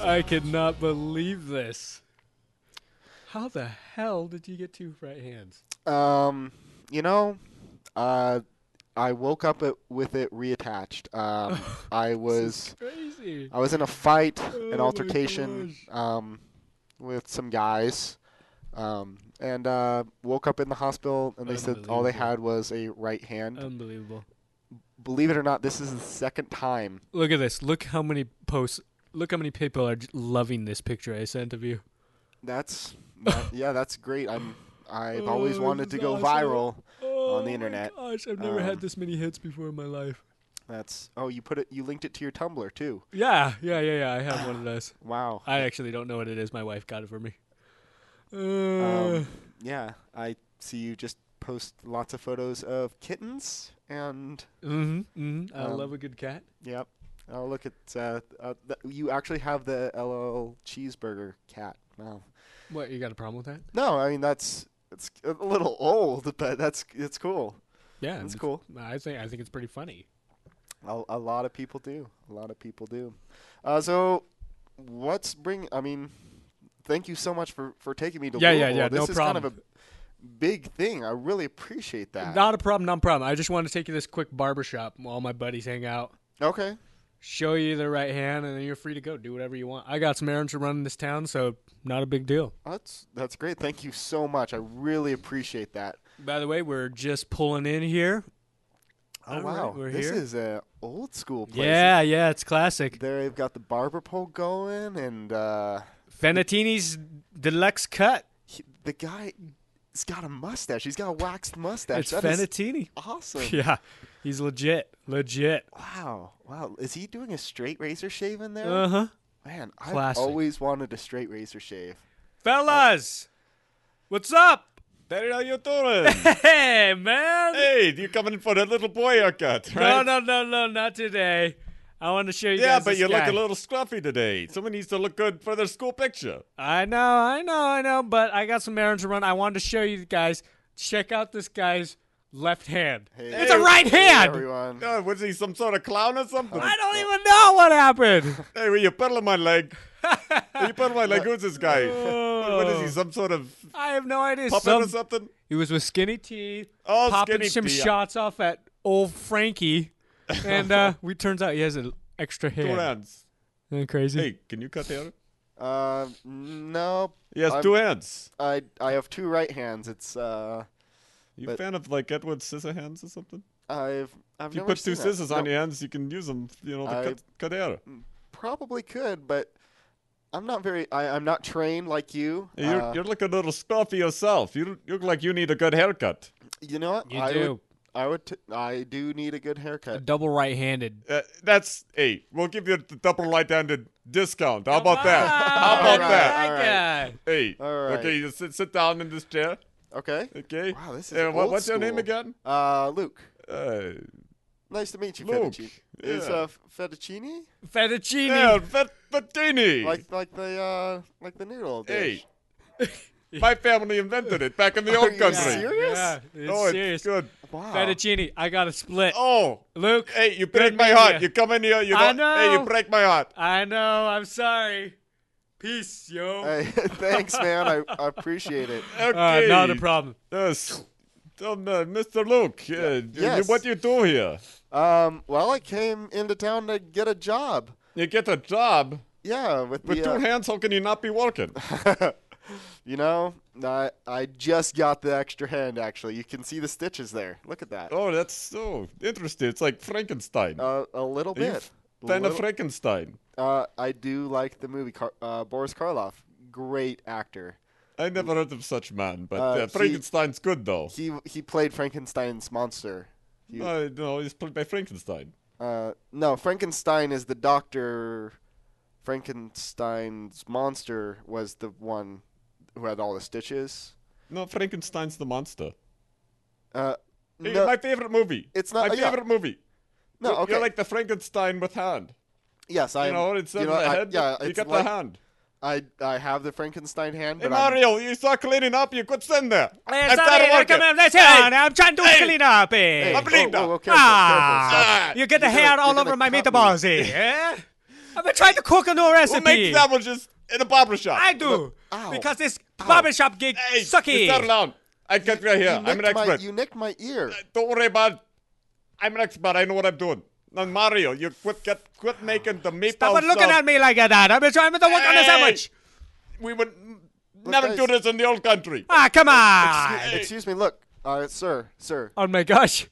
Speaker 6: I could not believe this. How the hell did you get two right hands?
Speaker 1: Um, you know, uh, I woke up it, with it reattached.
Speaker 6: [LAUGHS]
Speaker 1: Um, I was
Speaker 6: Crazy. Oh
Speaker 1: I was in a fight, an
Speaker 6: my
Speaker 1: altercation, um, with some guys, um, and uh, woke up in the hospital, and they said all they had was a right hand.
Speaker 6: Unbelievable.
Speaker 1: Believe it or not, this is the second time.
Speaker 6: Look at this. Look how many posts. Look how many people are j- loving this picture I sent of you.
Speaker 1: That's
Speaker 6: [LAUGHS]
Speaker 1: that- yeah, that's great. I'm I've always
Speaker 6: Oh,
Speaker 1: wanted to
Speaker 6: this
Speaker 1: go
Speaker 6: is awesome.
Speaker 1: viral.
Speaker 6: Oh
Speaker 1: the internet.
Speaker 6: My gosh, I've never
Speaker 1: Um,
Speaker 6: had this many hits before in my life.
Speaker 1: That's oh, you put it, you linked it to your Tumblr too.
Speaker 6: Yeah, yeah, yeah, yeah. I have one of those.
Speaker 1: [SIGHS] Wow.
Speaker 6: I actually don't know what it is. My wife got it for me. Uh,
Speaker 1: Um, yeah, I see you just post lots of photos of kittens, and
Speaker 6: mm-hmm, mm-hmm. I
Speaker 1: um,
Speaker 6: love a good cat.
Speaker 1: yep. Oh, look at uh, uh, th- you actually have the LL cheeseburger cat. Wow.
Speaker 6: What you got a problem with that?
Speaker 1: No, I mean that's it's a little old, but that's it's cool.
Speaker 6: Yeah,
Speaker 1: That's
Speaker 6: it's-
Speaker 1: cool.
Speaker 6: I think I think it's pretty funny.
Speaker 1: A, a lot of people do. A lot of people do. Uh, so, what's bring? I mean, thank you so much for for taking me to
Speaker 6: Yeah, yeah,
Speaker 1: Louisville.
Speaker 6: yeah,
Speaker 1: This
Speaker 6: no
Speaker 1: is kind of
Speaker 6: problem.
Speaker 1: a big thing. I really appreciate that.
Speaker 6: Not a problem, not a problem. I just wanted to take you to this quick barbershop while my buddies hang out.
Speaker 1: okay.
Speaker 6: Show you the right hand, and then you're free to go. Do whatever you want. I got some errands to run in this town, so not a big deal.
Speaker 1: That's that's great. Thank you so much. I really appreciate that.
Speaker 6: By the way, we're just pulling in here.
Speaker 1: Oh
Speaker 6: All right,
Speaker 1: wow,
Speaker 6: we're
Speaker 1: this
Speaker 6: here.
Speaker 1: is a old school place.
Speaker 6: Yeah, yeah, it's classic.
Speaker 1: they've got the barber pole going, and uh,
Speaker 6: Fenatini's deluxe cut.
Speaker 1: he, the guy, he's got a mustache. He's got a waxed mustache.
Speaker 6: It's
Speaker 1: That is
Speaker 6: Fenatini.
Speaker 5: [LAUGHS]
Speaker 1: awesome.
Speaker 6: [LAUGHS] Yeah, he's legit, legit.
Speaker 1: Wow, wow. Is he doing a straight razor shave in there?
Speaker 6: Uh
Speaker 5: Uh-huh.
Speaker 6: huh.
Speaker 1: Man, I've
Speaker 6: Classic.
Speaker 1: always wanted a straight razor shave.
Speaker 6: Fellas, what's up?
Speaker 5: Terry, how you doing?
Speaker 6: [LAUGHS] Hey, man.
Speaker 5: hey, you coming for that little boy haircut,
Speaker 6: No,
Speaker 5: right?
Speaker 6: no, no, no, not today. I want to show you
Speaker 5: Yeah,
Speaker 6: guys.
Speaker 5: but
Speaker 6: this
Speaker 5: you
Speaker 6: guy.
Speaker 5: look a little scruffy today. Someone needs to look good for their school picture.
Speaker 6: I know, I know, I know, but I got some errands to run. I wanted to show you guys. Check out this guy's left hand. it's a right
Speaker 1: Hey,
Speaker 6: hand.
Speaker 1: everyone.
Speaker 5: Uh, was he some sort of clown or something?
Speaker 6: I don't even know what happened.
Speaker 5: [LAUGHS] Hey, will you pedal my leg? will you pedal my leg? Who's this guy? what is he?
Speaker 6: Oh.
Speaker 5: Some sort of
Speaker 6: I have no idea.
Speaker 5: puppet
Speaker 6: Some-
Speaker 5: or something?
Speaker 6: he was with Skinny T,
Speaker 5: Oh,
Speaker 6: popping
Speaker 5: Skinny
Speaker 6: some
Speaker 5: T.
Speaker 6: shots off at old Frankie, and
Speaker 5: [LAUGHS]
Speaker 6: uh, we turns out he has an extra
Speaker 5: Two
Speaker 6: hand.
Speaker 5: hands.
Speaker 6: Isn't that crazy?
Speaker 5: Hey, can you cut the other?
Speaker 1: Uh, no,
Speaker 5: He has
Speaker 1: I'm-
Speaker 5: two hands.
Speaker 1: I I have two right hands. It's uh,
Speaker 5: You
Speaker 1: But-
Speaker 5: fan of like Edward Scissorhands or something?
Speaker 1: I've I've
Speaker 5: If you
Speaker 1: never
Speaker 5: put
Speaker 1: seen
Speaker 5: two
Speaker 1: that.
Speaker 5: scissors on
Speaker 1: No,
Speaker 5: your hands, you can use them, you know, to
Speaker 1: I-
Speaker 5: cut, cut hair.
Speaker 1: Probably could, but I'm not very. I, I'm not trained like you.
Speaker 5: You're,
Speaker 1: Uh,
Speaker 5: you're looking a little scruffy yourself. You look like you need a good haircut.
Speaker 1: you know what?
Speaker 6: You
Speaker 1: I
Speaker 6: do.
Speaker 1: Would, I would. T- I do need a good haircut.
Speaker 6: Double right-handed.
Speaker 5: Uh, that's hey, we'll give you the double right-handed discount. How about that? How
Speaker 1: All
Speaker 5: about
Speaker 1: right,
Speaker 5: that?
Speaker 1: all right.
Speaker 5: Hey,
Speaker 1: All right.
Speaker 5: okay, you sit, sit down in this chair.
Speaker 1: Okay.
Speaker 5: Okay.
Speaker 1: Wow, this is
Speaker 5: Uh, what-
Speaker 1: old
Speaker 5: What's your name
Speaker 1: school.
Speaker 5: again?
Speaker 1: Uh, Luke.
Speaker 5: Uh,
Speaker 1: Nice to meet you,
Speaker 5: Luke,
Speaker 1: Fettuccini. Is
Speaker 5: yeah.
Speaker 1: uh, fettuccine
Speaker 6: Fettuccine.
Speaker 5: yeah, Fet- Fettini.
Speaker 1: like like the uh like the noodle dish?
Speaker 5: hey, my family invented it back
Speaker 1: [LAUGHS]
Speaker 5: in the
Speaker 1: you
Speaker 5: old country.
Speaker 1: serious?
Speaker 6: Yeah, it's
Speaker 5: Oh, it's
Speaker 6: serious.
Speaker 5: good.
Speaker 1: Wow.
Speaker 6: Fettuccine, I got a split.
Speaker 5: Oh,
Speaker 6: Luke,
Speaker 5: hey, you
Speaker 6: good
Speaker 5: break my
Speaker 6: meeting
Speaker 5: heart.
Speaker 6: ya.
Speaker 5: You come in here, you
Speaker 6: I
Speaker 5: don't- Hey, you
Speaker 6: know.
Speaker 5: break my heart.
Speaker 6: I know. I'm sorry. Peace, yo.
Speaker 1: Hey, [LAUGHS] thanks, man. I, I appreciate it.
Speaker 5: [LAUGHS]
Speaker 6: Uh,
Speaker 5: Okay.
Speaker 6: not a problem.
Speaker 5: Yes. Um, uh, Mr. Luke, uh, you-
Speaker 1: Yes.
Speaker 5: what do you do here?
Speaker 1: Um, well, I came into town to get a job.
Speaker 5: You get a job
Speaker 1: Yeah, with
Speaker 5: with
Speaker 1: the,
Speaker 5: two
Speaker 1: uh,
Speaker 5: hands. How can you not be working?
Speaker 1: [LAUGHS] You know, I I just got the extra hand. Actually, you can see the stitches there. Look at that.
Speaker 5: Oh, that's so interesting. It's like Frankenstein.
Speaker 1: Uh, a little
Speaker 5: Are you
Speaker 1: bit.
Speaker 5: a fan of
Speaker 1: Little-
Speaker 5: Frankenstein.
Speaker 1: uh, I do like the movie. Car- uh, Boris Karloff, great actor.
Speaker 5: I never heard of such man, but
Speaker 1: Uh,
Speaker 5: uh,
Speaker 1: he-
Speaker 5: Frankenstein's good though.
Speaker 1: He he played Frankenstein's monster. He-
Speaker 5: Uh, no, he's played by Frankenstein.
Speaker 1: Uh, no, Frankenstein is the doctor. Frankenstein's monster was the one who had all the stitches.
Speaker 5: No, Frankenstein's the monster.
Speaker 1: Uh,
Speaker 5: Hey,
Speaker 1: no,
Speaker 5: my favorite movie.
Speaker 1: It's not- uh,
Speaker 5: my
Speaker 1: yeah.
Speaker 5: favorite movie.
Speaker 1: no,
Speaker 5: You're-
Speaker 1: okay.
Speaker 5: You're like the Frankenstein with hand.
Speaker 1: yes, I.
Speaker 5: You know, it's
Speaker 1: you
Speaker 5: in
Speaker 1: know,
Speaker 5: the
Speaker 1: I-
Speaker 5: head.
Speaker 1: yeah,
Speaker 5: you
Speaker 1: it's
Speaker 5: got
Speaker 1: like-
Speaker 5: the hand.
Speaker 1: I I have the Frankenstein hand,
Speaker 5: Hey
Speaker 1: but I'm-
Speaker 5: Mario, you saw cleaning up. You could send there.
Speaker 4: Eh,
Speaker 5: I'm
Speaker 4: sorry,
Speaker 5: tired of
Speaker 4: eh, come
Speaker 5: working.
Speaker 4: on, let's
Speaker 5: Hey,
Speaker 4: on. I'm trying to clean up.
Speaker 1: Hey,
Speaker 4: eh.
Speaker 1: whoa,
Speaker 5: Paprika.
Speaker 1: whoa, careful,
Speaker 4: Ah.
Speaker 1: careful, stop.
Speaker 4: You get the
Speaker 1: You're
Speaker 4: hair
Speaker 1: gonna-
Speaker 4: all
Speaker 1: you're
Speaker 4: over
Speaker 1: gonna
Speaker 4: my
Speaker 1: cut me.
Speaker 4: meatballs, eh? eh? I've been trying to cook a new
Speaker 5: Who
Speaker 4: recipe.
Speaker 5: makes sandwiches in a barber shop?
Speaker 4: I do.
Speaker 1: Ow.
Speaker 4: Because this barbershop gig
Speaker 5: Hey,
Speaker 4: sucky.
Speaker 5: Mr. Leon, I cut your hair.
Speaker 1: You
Speaker 5: I'm an
Speaker 1: nicked my-
Speaker 5: expert. Uh,
Speaker 1: you nicked my ear.
Speaker 5: Don't worry about. it. I'm an expert. I know what I'm doing. Now Mario, you quit get quit making the meatballs.
Speaker 4: Stop looking at me like that. I've been trying to work on the
Speaker 5: Hey.
Speaker 4: sandwich.
Speaker 5: We would never
Speaker 1: guys.
Speaker 5: do this in the old country.
Speaker 4: [LAUGHS] Ah, come on.
Speaker 5: Hey,
Speaker 1: Excuse me. Look, uh, sir, sir.
Speaker 6: Oh my gosh.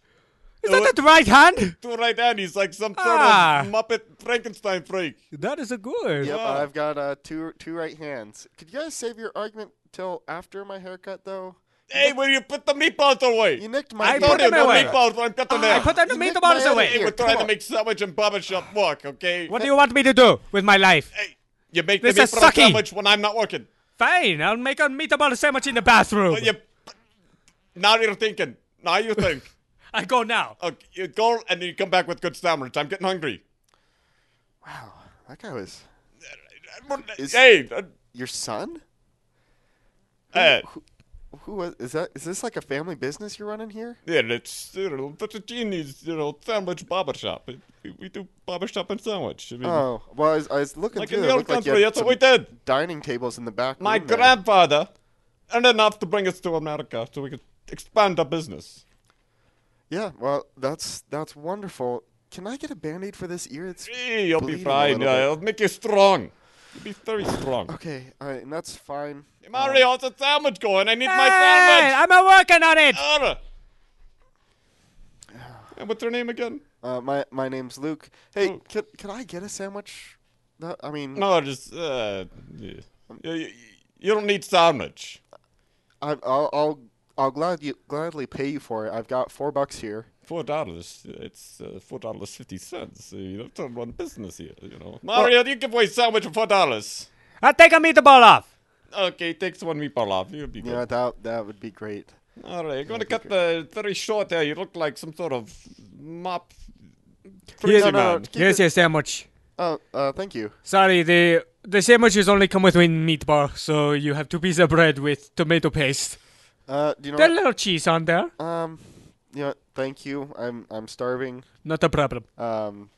Speaker 4: Is that the right hand?
Speaker 5: to Uh, right hand, he's like some sort
Speaker 4: Ah.
Speaker 5: of Muppet Frankenstein freak.
Speaker 6: That is a good.
Speaker 1: Yep,
Speaker 5: Wow.
Speaker 1: I've got uh, two two right hands. Could you guys save your argument till after my haircut, though?
Speaker 5: Hey, will you put the meatballs away?
Speaker 1: You nicked my.
Speaker 4: I
Speaker 1: ear.
Speaker 4: put
Speaker 5: Mario,
Speaker 4: them
Speaker 5: no
Speaker 4: away.
Speaker 5: meatballs. I'm cutting
Speaker 4: I
Speaker 5: hair.
Speaker 4: put the
Speaker 1: You nicked my
Speaker 4: meatballs away.
Speaker 1: other
Speaker 5: Hey,
Speaker 1: ear.
Speaker 5: we're trying
Speaker 1: Come
Speaker 5: to
Speaker 1: on.
Speaker 5: make sandwich and barber shop work, okay?
Speaker 4: What do you want me to do with my life?
Speaker 5: Hey, you make
Speaker 4: This
Speaker 5: the
Speaker 4: is
Speaker 5: meatball
Speaker 4: sucky.
Speaker 5: sandwich when I'm not working.
Speaker 4: Fine, I'll make a meatball sandwich in the bathroom.
Speaker 5: But you, now you're thinking. Now you think.
Speaker 4: [LAUGHS] I go now.
Speaker 5: okay, you go and then you come back with good sandwich. I'm getting hungry.
Speaker 1: Wow, that guy was Is-
Speaker 5: hey, uh,
Speaker 1: your son.
Speaker 5: uh,
Speaker 1: Who was? Is that? Is this like a family business you're running here?
Speaker 5: yeah, it's you know, that's a genius, you know, sandwich barber shop. We, we do barber shop and sandwich. I mean,
Speaker 1: Oh, well, I was, I was looking
Speaker 5: like
Speaker 1: through.
Speaker 5: in
Speaker 1: it
Speaker 5: the old
Speaker 1: looked like you
Speaker 5: country,
Speaker 1: had
Speaker 5: that's what we
Speaker 1: some
Speaker 5: did.
Speaker 1: Dining tables in the back.
Speaker 5: My
Speaker 1: room there.
Speaker 5: grandfather earned enough to bring us to America so we could expand our business.
Speaker 1: Yeah, well, that's that's wonderful. Can I get a band-aid for this ear? It's
Speaker 5: Hey, you'll
Speaker 1: bleeding
Speaker 5: be
Speaker 1: a
Speaker 5: fine.
Speaker 1: little
Speaker 5: Yeah,
Speaker 1: bit.
Speaker 5: it'll make you strong. You'll be very strong.
Speaker 1: okay. All right, and that's fine.
Speaker 5: Hey, Mario, it's a sandwich going. I need my
Speaker 4: Oh. Hey,
Speaker 5: sandwich.
Speaker 4: I'm a working on it.
Speaker 5: Arr. And what's her name again?
Speaker 1: Uh, my my name's Luke. Hey, could could I get a sandwich? No, I mean,
Speaker 5: No, just uh, yeah. you, you, you don't need sandwich.
Speaker 1: I, I'll I'll I'll glad you, gladly pay you for it. I've got four bucks here.
Speaker 5: Four dollars. It's uh, four dollars fifty cents. You don't turn one business here. You know, Mario, you give away sandwich for four dollars.
Speaker 4: I'll Ah, take a meatball off.
Speaker 5: Okay, takes one meatball off. You'll be good.
Speaker 1: Yeah, that that would be great.
Speaker 5: All right, you're gonna cut the very short hair. You look like some sort of mop.
Speaker 6: Here's,
Speaker 5: Crazy man.
Speaker 6: here's your sandwich.
Speaker 1: Oh, uh, thank you.
Speaker 6: Sorry, the the sandwiches only come with one meatball, so you have two pieces of bread with tomato paste.
Speaker 1: Uh, do you
Speaker 6: Got a
Speaker 1: know?
Speaker 6: little cheese on there.
Speaker 1: What? Um, you know, thank you. I'm I'm starving.
Speaker 6: Not a problem.
Speaker 1: Um,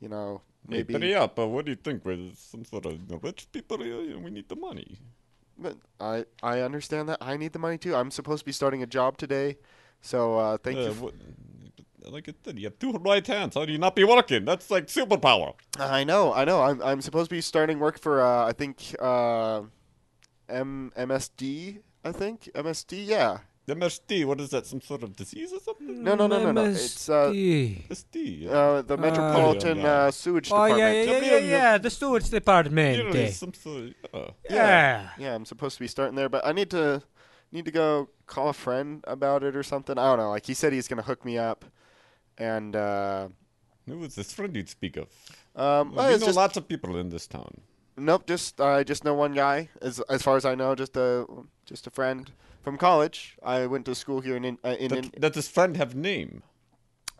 Speaker 1: you know,
Speaker 5: Hey,
Speaker 1: maybe.
Speaker 5: hurry up! Uh, what do you think? We're some sort of rich people here. You know, we need the money.
Speaker 1: But I I understand that I need the money too. I'm supposed to be starting a job today, so uh, thank you.
Speaker 5: Uh,
Speaker 1: f-
Speaker 5: what, like I said, you have two right hands. How do you not be working? That's like superpower.
Speaker 1: I know, I know. I'm I'm supposed to be starting work for uh, I think uh, M MSD. I think MSD. Yeah.
Speaker 5: MSD. What is that? Some sort of disease or something?
Speaker 1: No, no, no, no, no. It's uh,
Speaker 5: MSD. yeah.
Speaker 1: uh the Metropolitan
Speaker 5: yeah.
Speaker 1: uh, Sewage
Speaker 6: Oh
Speaker 1: Department.
Speaker 6: yeah, yeah, yeah, yeah, yeah. The stewards
Speaker 5: You
Speaker 6: department.
Speaker 5: know,
Speaker 6: eh.
Speaker 5: some sort of- yeah.
Speaker 6: Yeah.
Speaker 1: Yeah, I'm supposed to be starting there, but I need to need to go call a friend about it or something. I don't know. Like he said, he's gonna hook me up, and uh,
Speaker 5: Who was this friend you'd speak of?
Speaker 1: um,
Speaker 5: Well,
Speaker 1: uh,
Speaker 5: we
Speaker 1: it's
Speaker 5: know
Speaker 1: just,
Speaker 5: lots of people in this town.
Speaker 1: nope, just I just know one guy as as far as I know, just a just a friend from college. I went to school here in in, uh, in, in
Speaker 5: That, that this friend have name?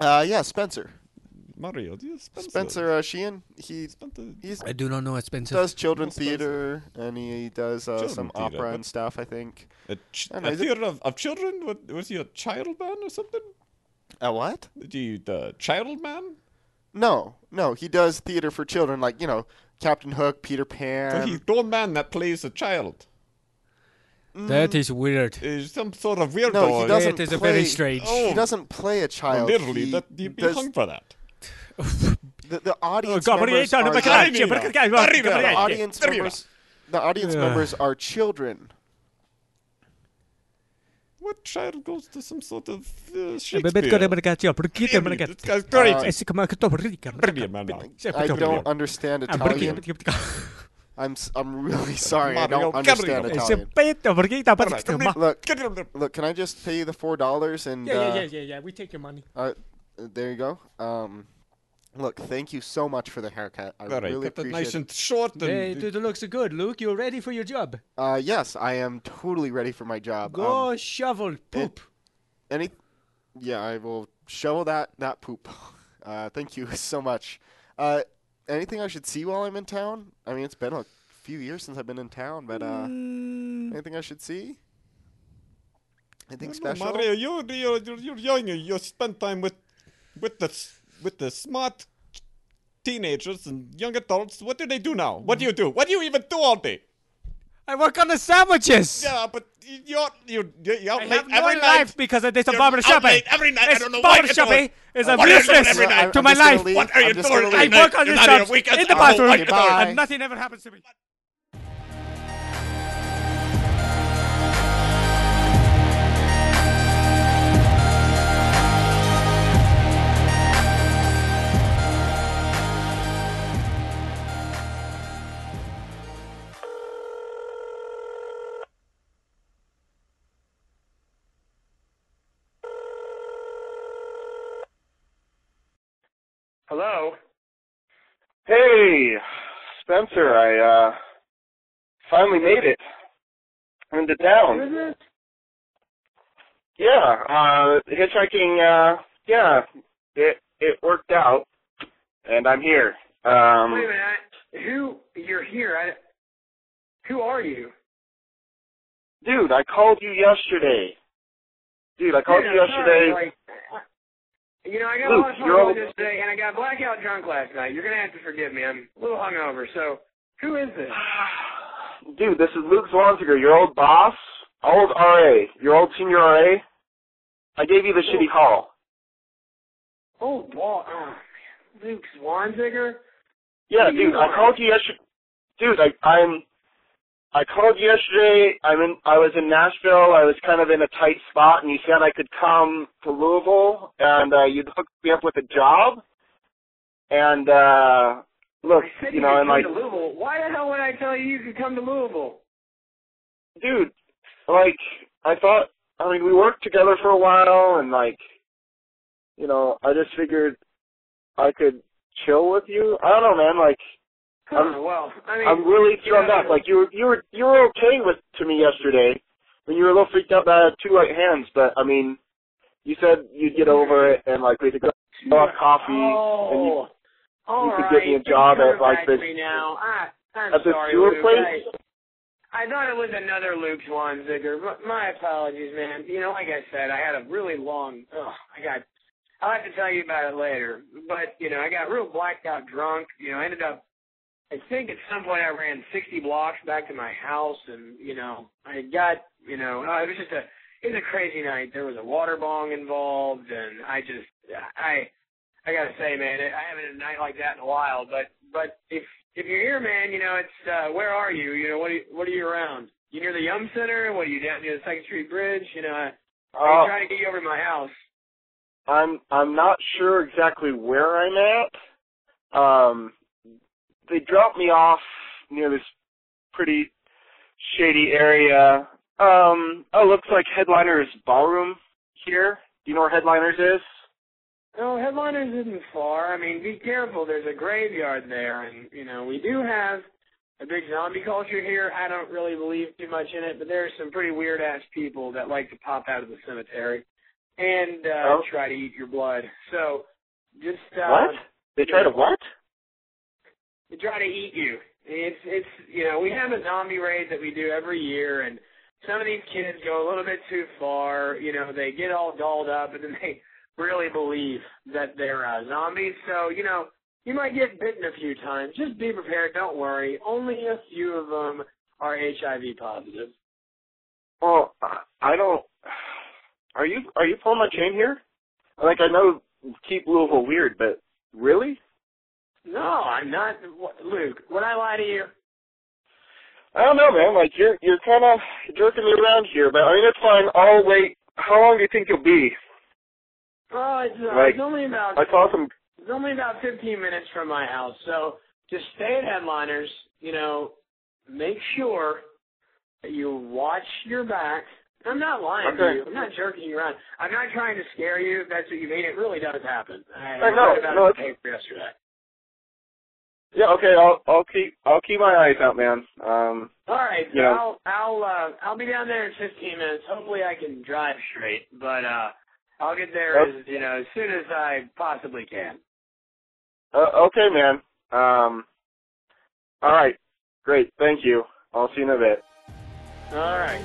Speaker 1: uh, yeah, Spencer,
Speaker 5: Mario, do you have Spencer?
Speaker 1: Spencer uh, Sheehan. He
Speaker 5: Spencer.
Speaker 1: he's
Speaker 6: I do not know expensive.
Speaker 1: does children's
Speaker 5: Spencer.
Speaker 1: theater and he does uh,
Speaker 5: Children's
Speaker 1: some
Speaker 5: theater,
Speaker 1: opera and
Speaker 5: but-
Speaker 1: stuff. I think.
Speaker 5: A, ch-
Speaker 1: I don't know,
Speaker 5: a
Speaker 1: is it-
Speaker 5: theater of, of children? What, was he a child man or something?
Speaker 1: A what?
Speaker 5: Did you the child man?
Speaker 1: No, no, he does theater for children, like you know, Captain Hook, Peter
Speaker 5: So
Speaker 1: Pan.
Speaker 5: he's grown man that plays a child.
Speaker 6: That is weird.
Speaker 5: He's some sort of weirdo.
Speaker 1: No, he doesn't
Speaker 6: It is a
Speaker 1: play-
Speaker 6: very strange.
Speaker 1: He doesn't play a child.
Speaker 5: Literally,
Speaker 1: he
Speaker 5: that he'd be
Speaker 1: does-
Speaker 5: hung for that.
Speaker 1: [LAUGHS] the, the audience
Speaker 4: God, but he
Speaker 1: members
Speaker 4: ain't on
Speaker 1: are
Speaker 6: Oh,
Speaker 4: the back of
Speaker 1: young.
Speaker 4: that. Yeah, but-
Speaker 5: Arrivederci.
Speaker 1: The
Speaker 5: Yeah.
Speaker 1: audience
Speaker 5: Arriva.
Speaker 1: members the audience members are children.
Speaker 5: What child goes to some sort of uh,
Speaker 1: I don't understand
Speaker 6: Ah,
Speaker 1: Italian.
Speaker 6: [LAUGHS]
Speaker 1: I'm s- I'm really sorry. I don't understand Italian. Look, look. Can I just pay you the four dollars and?
Speaker 6: Yeah, yeah,
Speaker 1: uh,
Speaker 6: yeah, yeah, yeah. We take your money.
Speaker 1: Uh, there you go. Um, look, thank you so much for the haircut. I really appreciate
Speaker 5: nice
Speaker 1: it.
Speaker 5: and short and
Speaker 6: Hey, it looks good, Luke. You're ready for your job.
Speaker 1: Uh, yes, I am totally ready for my job.
Speaker 6: Go
Speaker 1: Um,
Speaker 6: shovel poop.
Speaker 1: any? Yeah, I will shovel that that poop. [LAUGHS] Uh, thank you [LAUGHS] so much. Uh, anything I should see while I'm in town? I mean, it's been a few years since I've been in town, but uh,
Speaker 6: Mm.
Speaker 1: anything I should see? Anything special?
Speaker 5: Mario, you you you're, you're young. You, you spend time with with the s- with the smart teenagers and young adults. What do they do now? What do you do? What do you even do all day?
Speaker 6: I work on the sandwiches.
Speaker 5: Yeah, but you're you you're out
Speaker 6: I
Speaker 5: late
Speaker 6: have no
Speaker 5: every
Speaker 6: life
Speaker 5: night.
Speaker 6: because I did some
Speaker 5: You're
Speaker 6: barber
Speaker 5: out
Speaker 6: shopping.
Speaker 5: late every night. I
Speaker 6: This
Speaker 5: don't know why
Speaker 6: barber
Speaker 5: you're
Speaker 6: shopping
Speaker 5: doing-
Speaker 6: is
Speaker 5: Uh,
Speaker 6: a
Speaker 5: what are you doing
Speaker 6: useless
Speaker 5: every night?
Speaker 6: to
Speaker 1: I'm
Speaker 6: my
Speaker 1: just gonna
Speaker 6: life.
Speaker 1: leave.
Speaker 5: What are
Speaker 1: I'm
Speaker 5: you
Speaker 1: just
Speaker 5: doing?
Speaker 1: gonna
Speaker 6: I
Speaker 1: leave.
Speaker 5: night.
Speaker 6: work on
Speaker 5: You're
Speaker 6: the
Speaker 5: not here
Speaker 6: shops
Speaker 5: weekends.
Speaker 6: in the
Speaker 5: Oh, what
Speaker 6: bathroom,
Speaker 5: are you doing?
Speaker 1: Goodbye.
Speaker 6: and nothing ever happens to me.
Speaker 2: Hello.
Speaker 3: Hey, Spencer, I uh finally made it into
Speaker 2: Who is
Speaker 3: town.
Speaker 2: this?
Speaker 3: Yeah, uh hitchhiking uh yeah, it it worked out and I'm here. Um
Speaker 2: Wait a minute. I- Who you're here? I, who are you?
Speaker 3: dude, I called you yesterday. Dude, I called
Speaker 2: Dude,
Speaker 3: you
Speaker 2: I'm sorry,
Speaker 3: yesterday.
Speaker 2: like, uh, you know, I got a
Speaker 3: Luke,
Speaker 2: lot of fun
Speaker 3: you're
Speaker 2: doing
Speaker 3: all-
Speaker 2: this today, and I got blackout drunk last night. You're gonna have to forgive me. I'm a little hungover. So, who is this?
Speaker 3: Dude, this is Luke Zwanziger, your old boss, old RA, your old senior RA. I gave you the shitty call.
Speaker 2: Oh, ball. Oh, man. Luke Swanziger.
Speaker 3: Yeah,
Speaker 2: What do you
Speaker 3: dude, I
Speaker 2: want?
Speaker 3: called you yesterday. Dude, I, I'm. I called you yesterday. I'm in. I was in Nashville. I was kind of in a tight spot, and you said I could come to Louisville, and uh, you'd hook me up with a job. And uh look,
Speaker 2: I said
Speaker 3: you
Speaker 2: you
Speaker 3: know,
Speaker 2: could
Speaker 3: and
Speaker 2: come
Speaker 3: like,
Speaker 2: to Louisville. Why the hell would I tell you you could come to Louisville?
Speaker 3: dude, like, I thought. I mean, we worked together for a while, and like, you know, I just figured I could chill with you. I don't know, man. Like, I'm-
Speaker 2: Huh, well, I mean,
Speaker 3: I'm really drummed up. Like you were you were you were okay with to me yesterday. I mean you were a little freaked out that I had two right hands, but I mean you said you'd get over it and like we could go have coffee
Speaker 2: oh,
Speaker 3: and you
Speaker 2: all
Speaker 3: could get me a
Speaker 2: right.
Speaker 3: job
Speaker 2: You're
Speaker 3: at, like,
Speaker 2: coming back
Speaker 3: this-
Speaker 2: to me now. I, I'm
Speaker 3: at this
Speaker 2: sorry,
Speaker 3: sewer
Speaker 2: Luke.
Speaker 3: place?
Speaker 2: I, I thought it was another Luke Swanziger. but My apologies, man. You know, like I said, I had a really long. Ugh, I got. I'll have to tell you about it later. But you know, I got real blacked out drunk. You know, I ended up. I think at some point I ran 60 blocks back to my house, and you know, I got. You know, uh, it was just a. It was a crazy night. There was a water bong involved, and I just. I. I gotta say, man, I haven't had a night like that in a while. But but if if you're here, man, you know it's uh, where are you? You know what are you, what are you around? You near the Yum Center? What are you down near the Second Street Bridge? You know, I- I'm
Speaker 3: uh,
Speaker 2: trying to get you over to my house.
Speaker 3: I'm I'm not sure exactly where I'm at. Um they dropped me off near this pretty shady area. Um oh looks like Headliner's ballroom here. Do you know where Headliners is?
Speaker 2: No, Headliners isn't far. I mean, be careful. There's a graveyard there, and you know we do have a big zombie culture here. I don't really believe too much in it, but there's some pretty weird ass people that like to pop out of the cemetery and uh,
Speaker 3: Oh.
Speaker 2: try to eat your blood. So just uh,
Speaker 3: What? They tried to what?
Speaker 2: they try to eat you. It's it's you know we have a zombie raid that we do every year, and some of these kids go a little bit too far. You know they get all dolled up, and then they really believe that they're uh, zombies. So you know you might get bitten a few times. Just be prepared. Don't worry. Only a few of them are HIV positive.
Speaker 3: Well, Oh, I- I don't. Are you are you pulling my chain here? Like I know keep Louisville weird, but really?
Speaker 2: No, I'm not, what, Luke. Would I lie to you?
Speaker 3: I don't know, man. Like you're you're kind of jerking me around here, but I mean it's fine. I'll wait. How long do you think you'll be?
Speaker 2: Well, it's, uh,
Speaker 3: Like,
Speaker 2: it's only about
Speaker 3: I saw some.
Speaker 2: it's only about 15 minutes from my house, so just stay at Headliners. You know, make sure that you watch your back. I'm not lying to
Speaker 3: Okay.
Speaker 2: you. I'm not jerking you around. I'm not trying to scare you. If that's what you mean. It really does happen. I,
Speaker 3: I know.
Speaker 2: heard about
Speaker 3: No,
Speaker 2: it in the
Speaker 3: it's-
Speaker 2: paper yesterday.
Speaker 3: Yeah, okay. I'll I'll keep I'll keep my eyes out, man. Um,
Speaker 2: All right, so
Speaker 3: Yeah.
Speaker 2: I'll I'll uh, I'll be down there in 15 minutes. Hopefully, I can drive straight, but uh, I'll get there
Speaker 3: Okay.
Speaker 2: as you know as soon as I possibly can.
Speaker 3: uh, okay, man. Um, all right, great. Thank you. I'll see you in a bit.
Speaker 2: All right.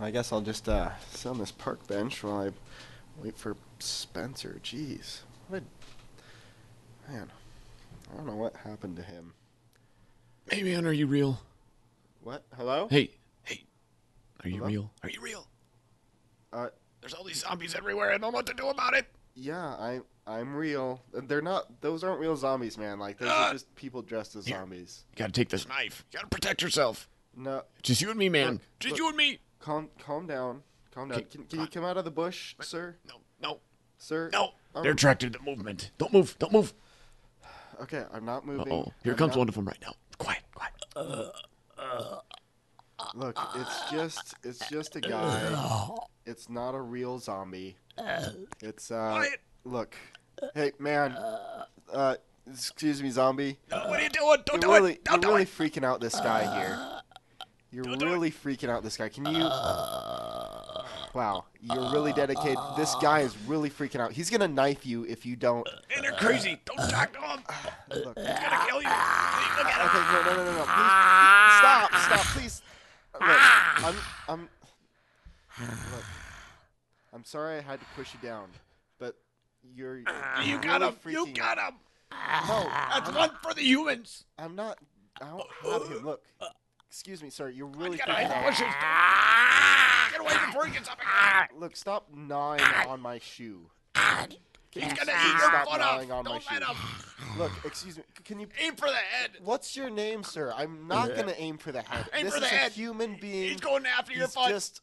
Speaker 1: I guess I'll just uh, sit on this park bench while I wait for Spencer.
Speaker 7: Uh,
Speaker 1: Jeez, what a man! I don't know what happened to him.
Speaker 5: Hey man, are you real?
Speaker 1: What? Hello?
Speaker 5: Hey, hey, [LAUGHS] are you
Speaker 1: Hello?
Speaker 5: real? Are you real?
Speaker 1: Uh,
Speaker 5: There's all these zombies everywhere. I don't know what to do about it.
Speaker 1: yeah, I I'm real. They're not. Those aren't real zombies, man. Like those
Speaker 5: Ah!
Speaker 1: are just people dressed as zombies.
Speaker 5: You gotta take this knife. You gotta protect yourself.
Speaker 1: No,
Speaker 5: Just you and me, man. Just
Speaker 1: look.
Speaker 5: you and me.
Speaker 1: calm calm down. Calm down.
Speaker 5: Okay,
Speaker 1: Can, can you come out of the bush, sir?
Speaker 5: No, no,
Speaker 1: Sir?
Speaker 5: no.
Speaker 1: Um,
Speaker 5: They're attracted to movement. Don't move. Don't move.
Speaker 1: Okay, I'm not moving.
Speaker 5: Oh, here
Speaker 1: I'm
Speaker 5: comes
Speaker 1: not-
Speaker 5: one of them right now. Quiet, quiet.
Speaker 1: Look, it's just it's just a guy. It's not a real zombie. It's uh
Speaker 5: Quiet.
Speaker 1: look. Hey man. Uh excuse me, zombie.
Speaker 5: what are you doing? Don't do
Speaker 1: You're really
Speaker 5: it.
Speaker 1: you're
Speaker 5: Don't do
Speaker 1: really
Speaker 5: it.
Speaker 1: freaking out this guy here. You're
Speaker 5: do it.
Speaker 1: really freaking out this guy. Can you Wow, you're really dedicated. This guy is really freaking out. He's gonna knife you if you don't.
Speaker 5: Man, they're crazy. Don't talk to them.
Speaker 1: Look. Okay,
Speaker 5: They're gonna kill you. Hey, look at 'em.
Speaker 1: no, no, no, no, no. Please,
Speaker 5: Ah,
Speaker 1: stop, stop, please. Look, I'm, I'm, look. I'm sorry I had to push you down, but you're. You
Speaker 5: Ah. You got
Speaker 1: really
Speaker 5: him. You
Speaker 1: freaking
Speaker 5: got
Speaker 1: out.
Speaker 5: him.
Speaker 1: No,
Speaker 5: That's
Speaker 1: I'm,
Speaker 5: one for the humans.
Speaker 1: I'm not. I don't have him. Look. Excuse me, sir. You're really
Speaker 5: You gotta
Speaker 1: freaking
Speaker 5: hit the
Speaker 1: out.
Speaker 5: bushes. Get away before he gets up.
Speaker 1: Look, stop gnawing on my shoe.
Speaker 5: Ah. He's gonna
Speaker 1: Please
Speaker 5: eat your
Speaker 1: stop
Speaker 5: foot
Speaker 1: gnawing
Speaker 5: off.
Speaker 1: on my
Speaker 5: Don't let
Speaker 1: shoe.
Speaker 5: him.
Speaker 1: Look, excuse me. c- Can you?
Speaker 5: Aim for the head.
Speaker 1: What's your name, sir? I'm not gonna aim for the head.
Speaker 5: Aim
Speaker 1: this
Speaker 5: for the
Speaker 1: is a
Speaker 5: head.
Speaker 1: human being.
Speaker 5: He's going after your
Speaker 1: He's
Speaker 5: foot.
Speaker 1: just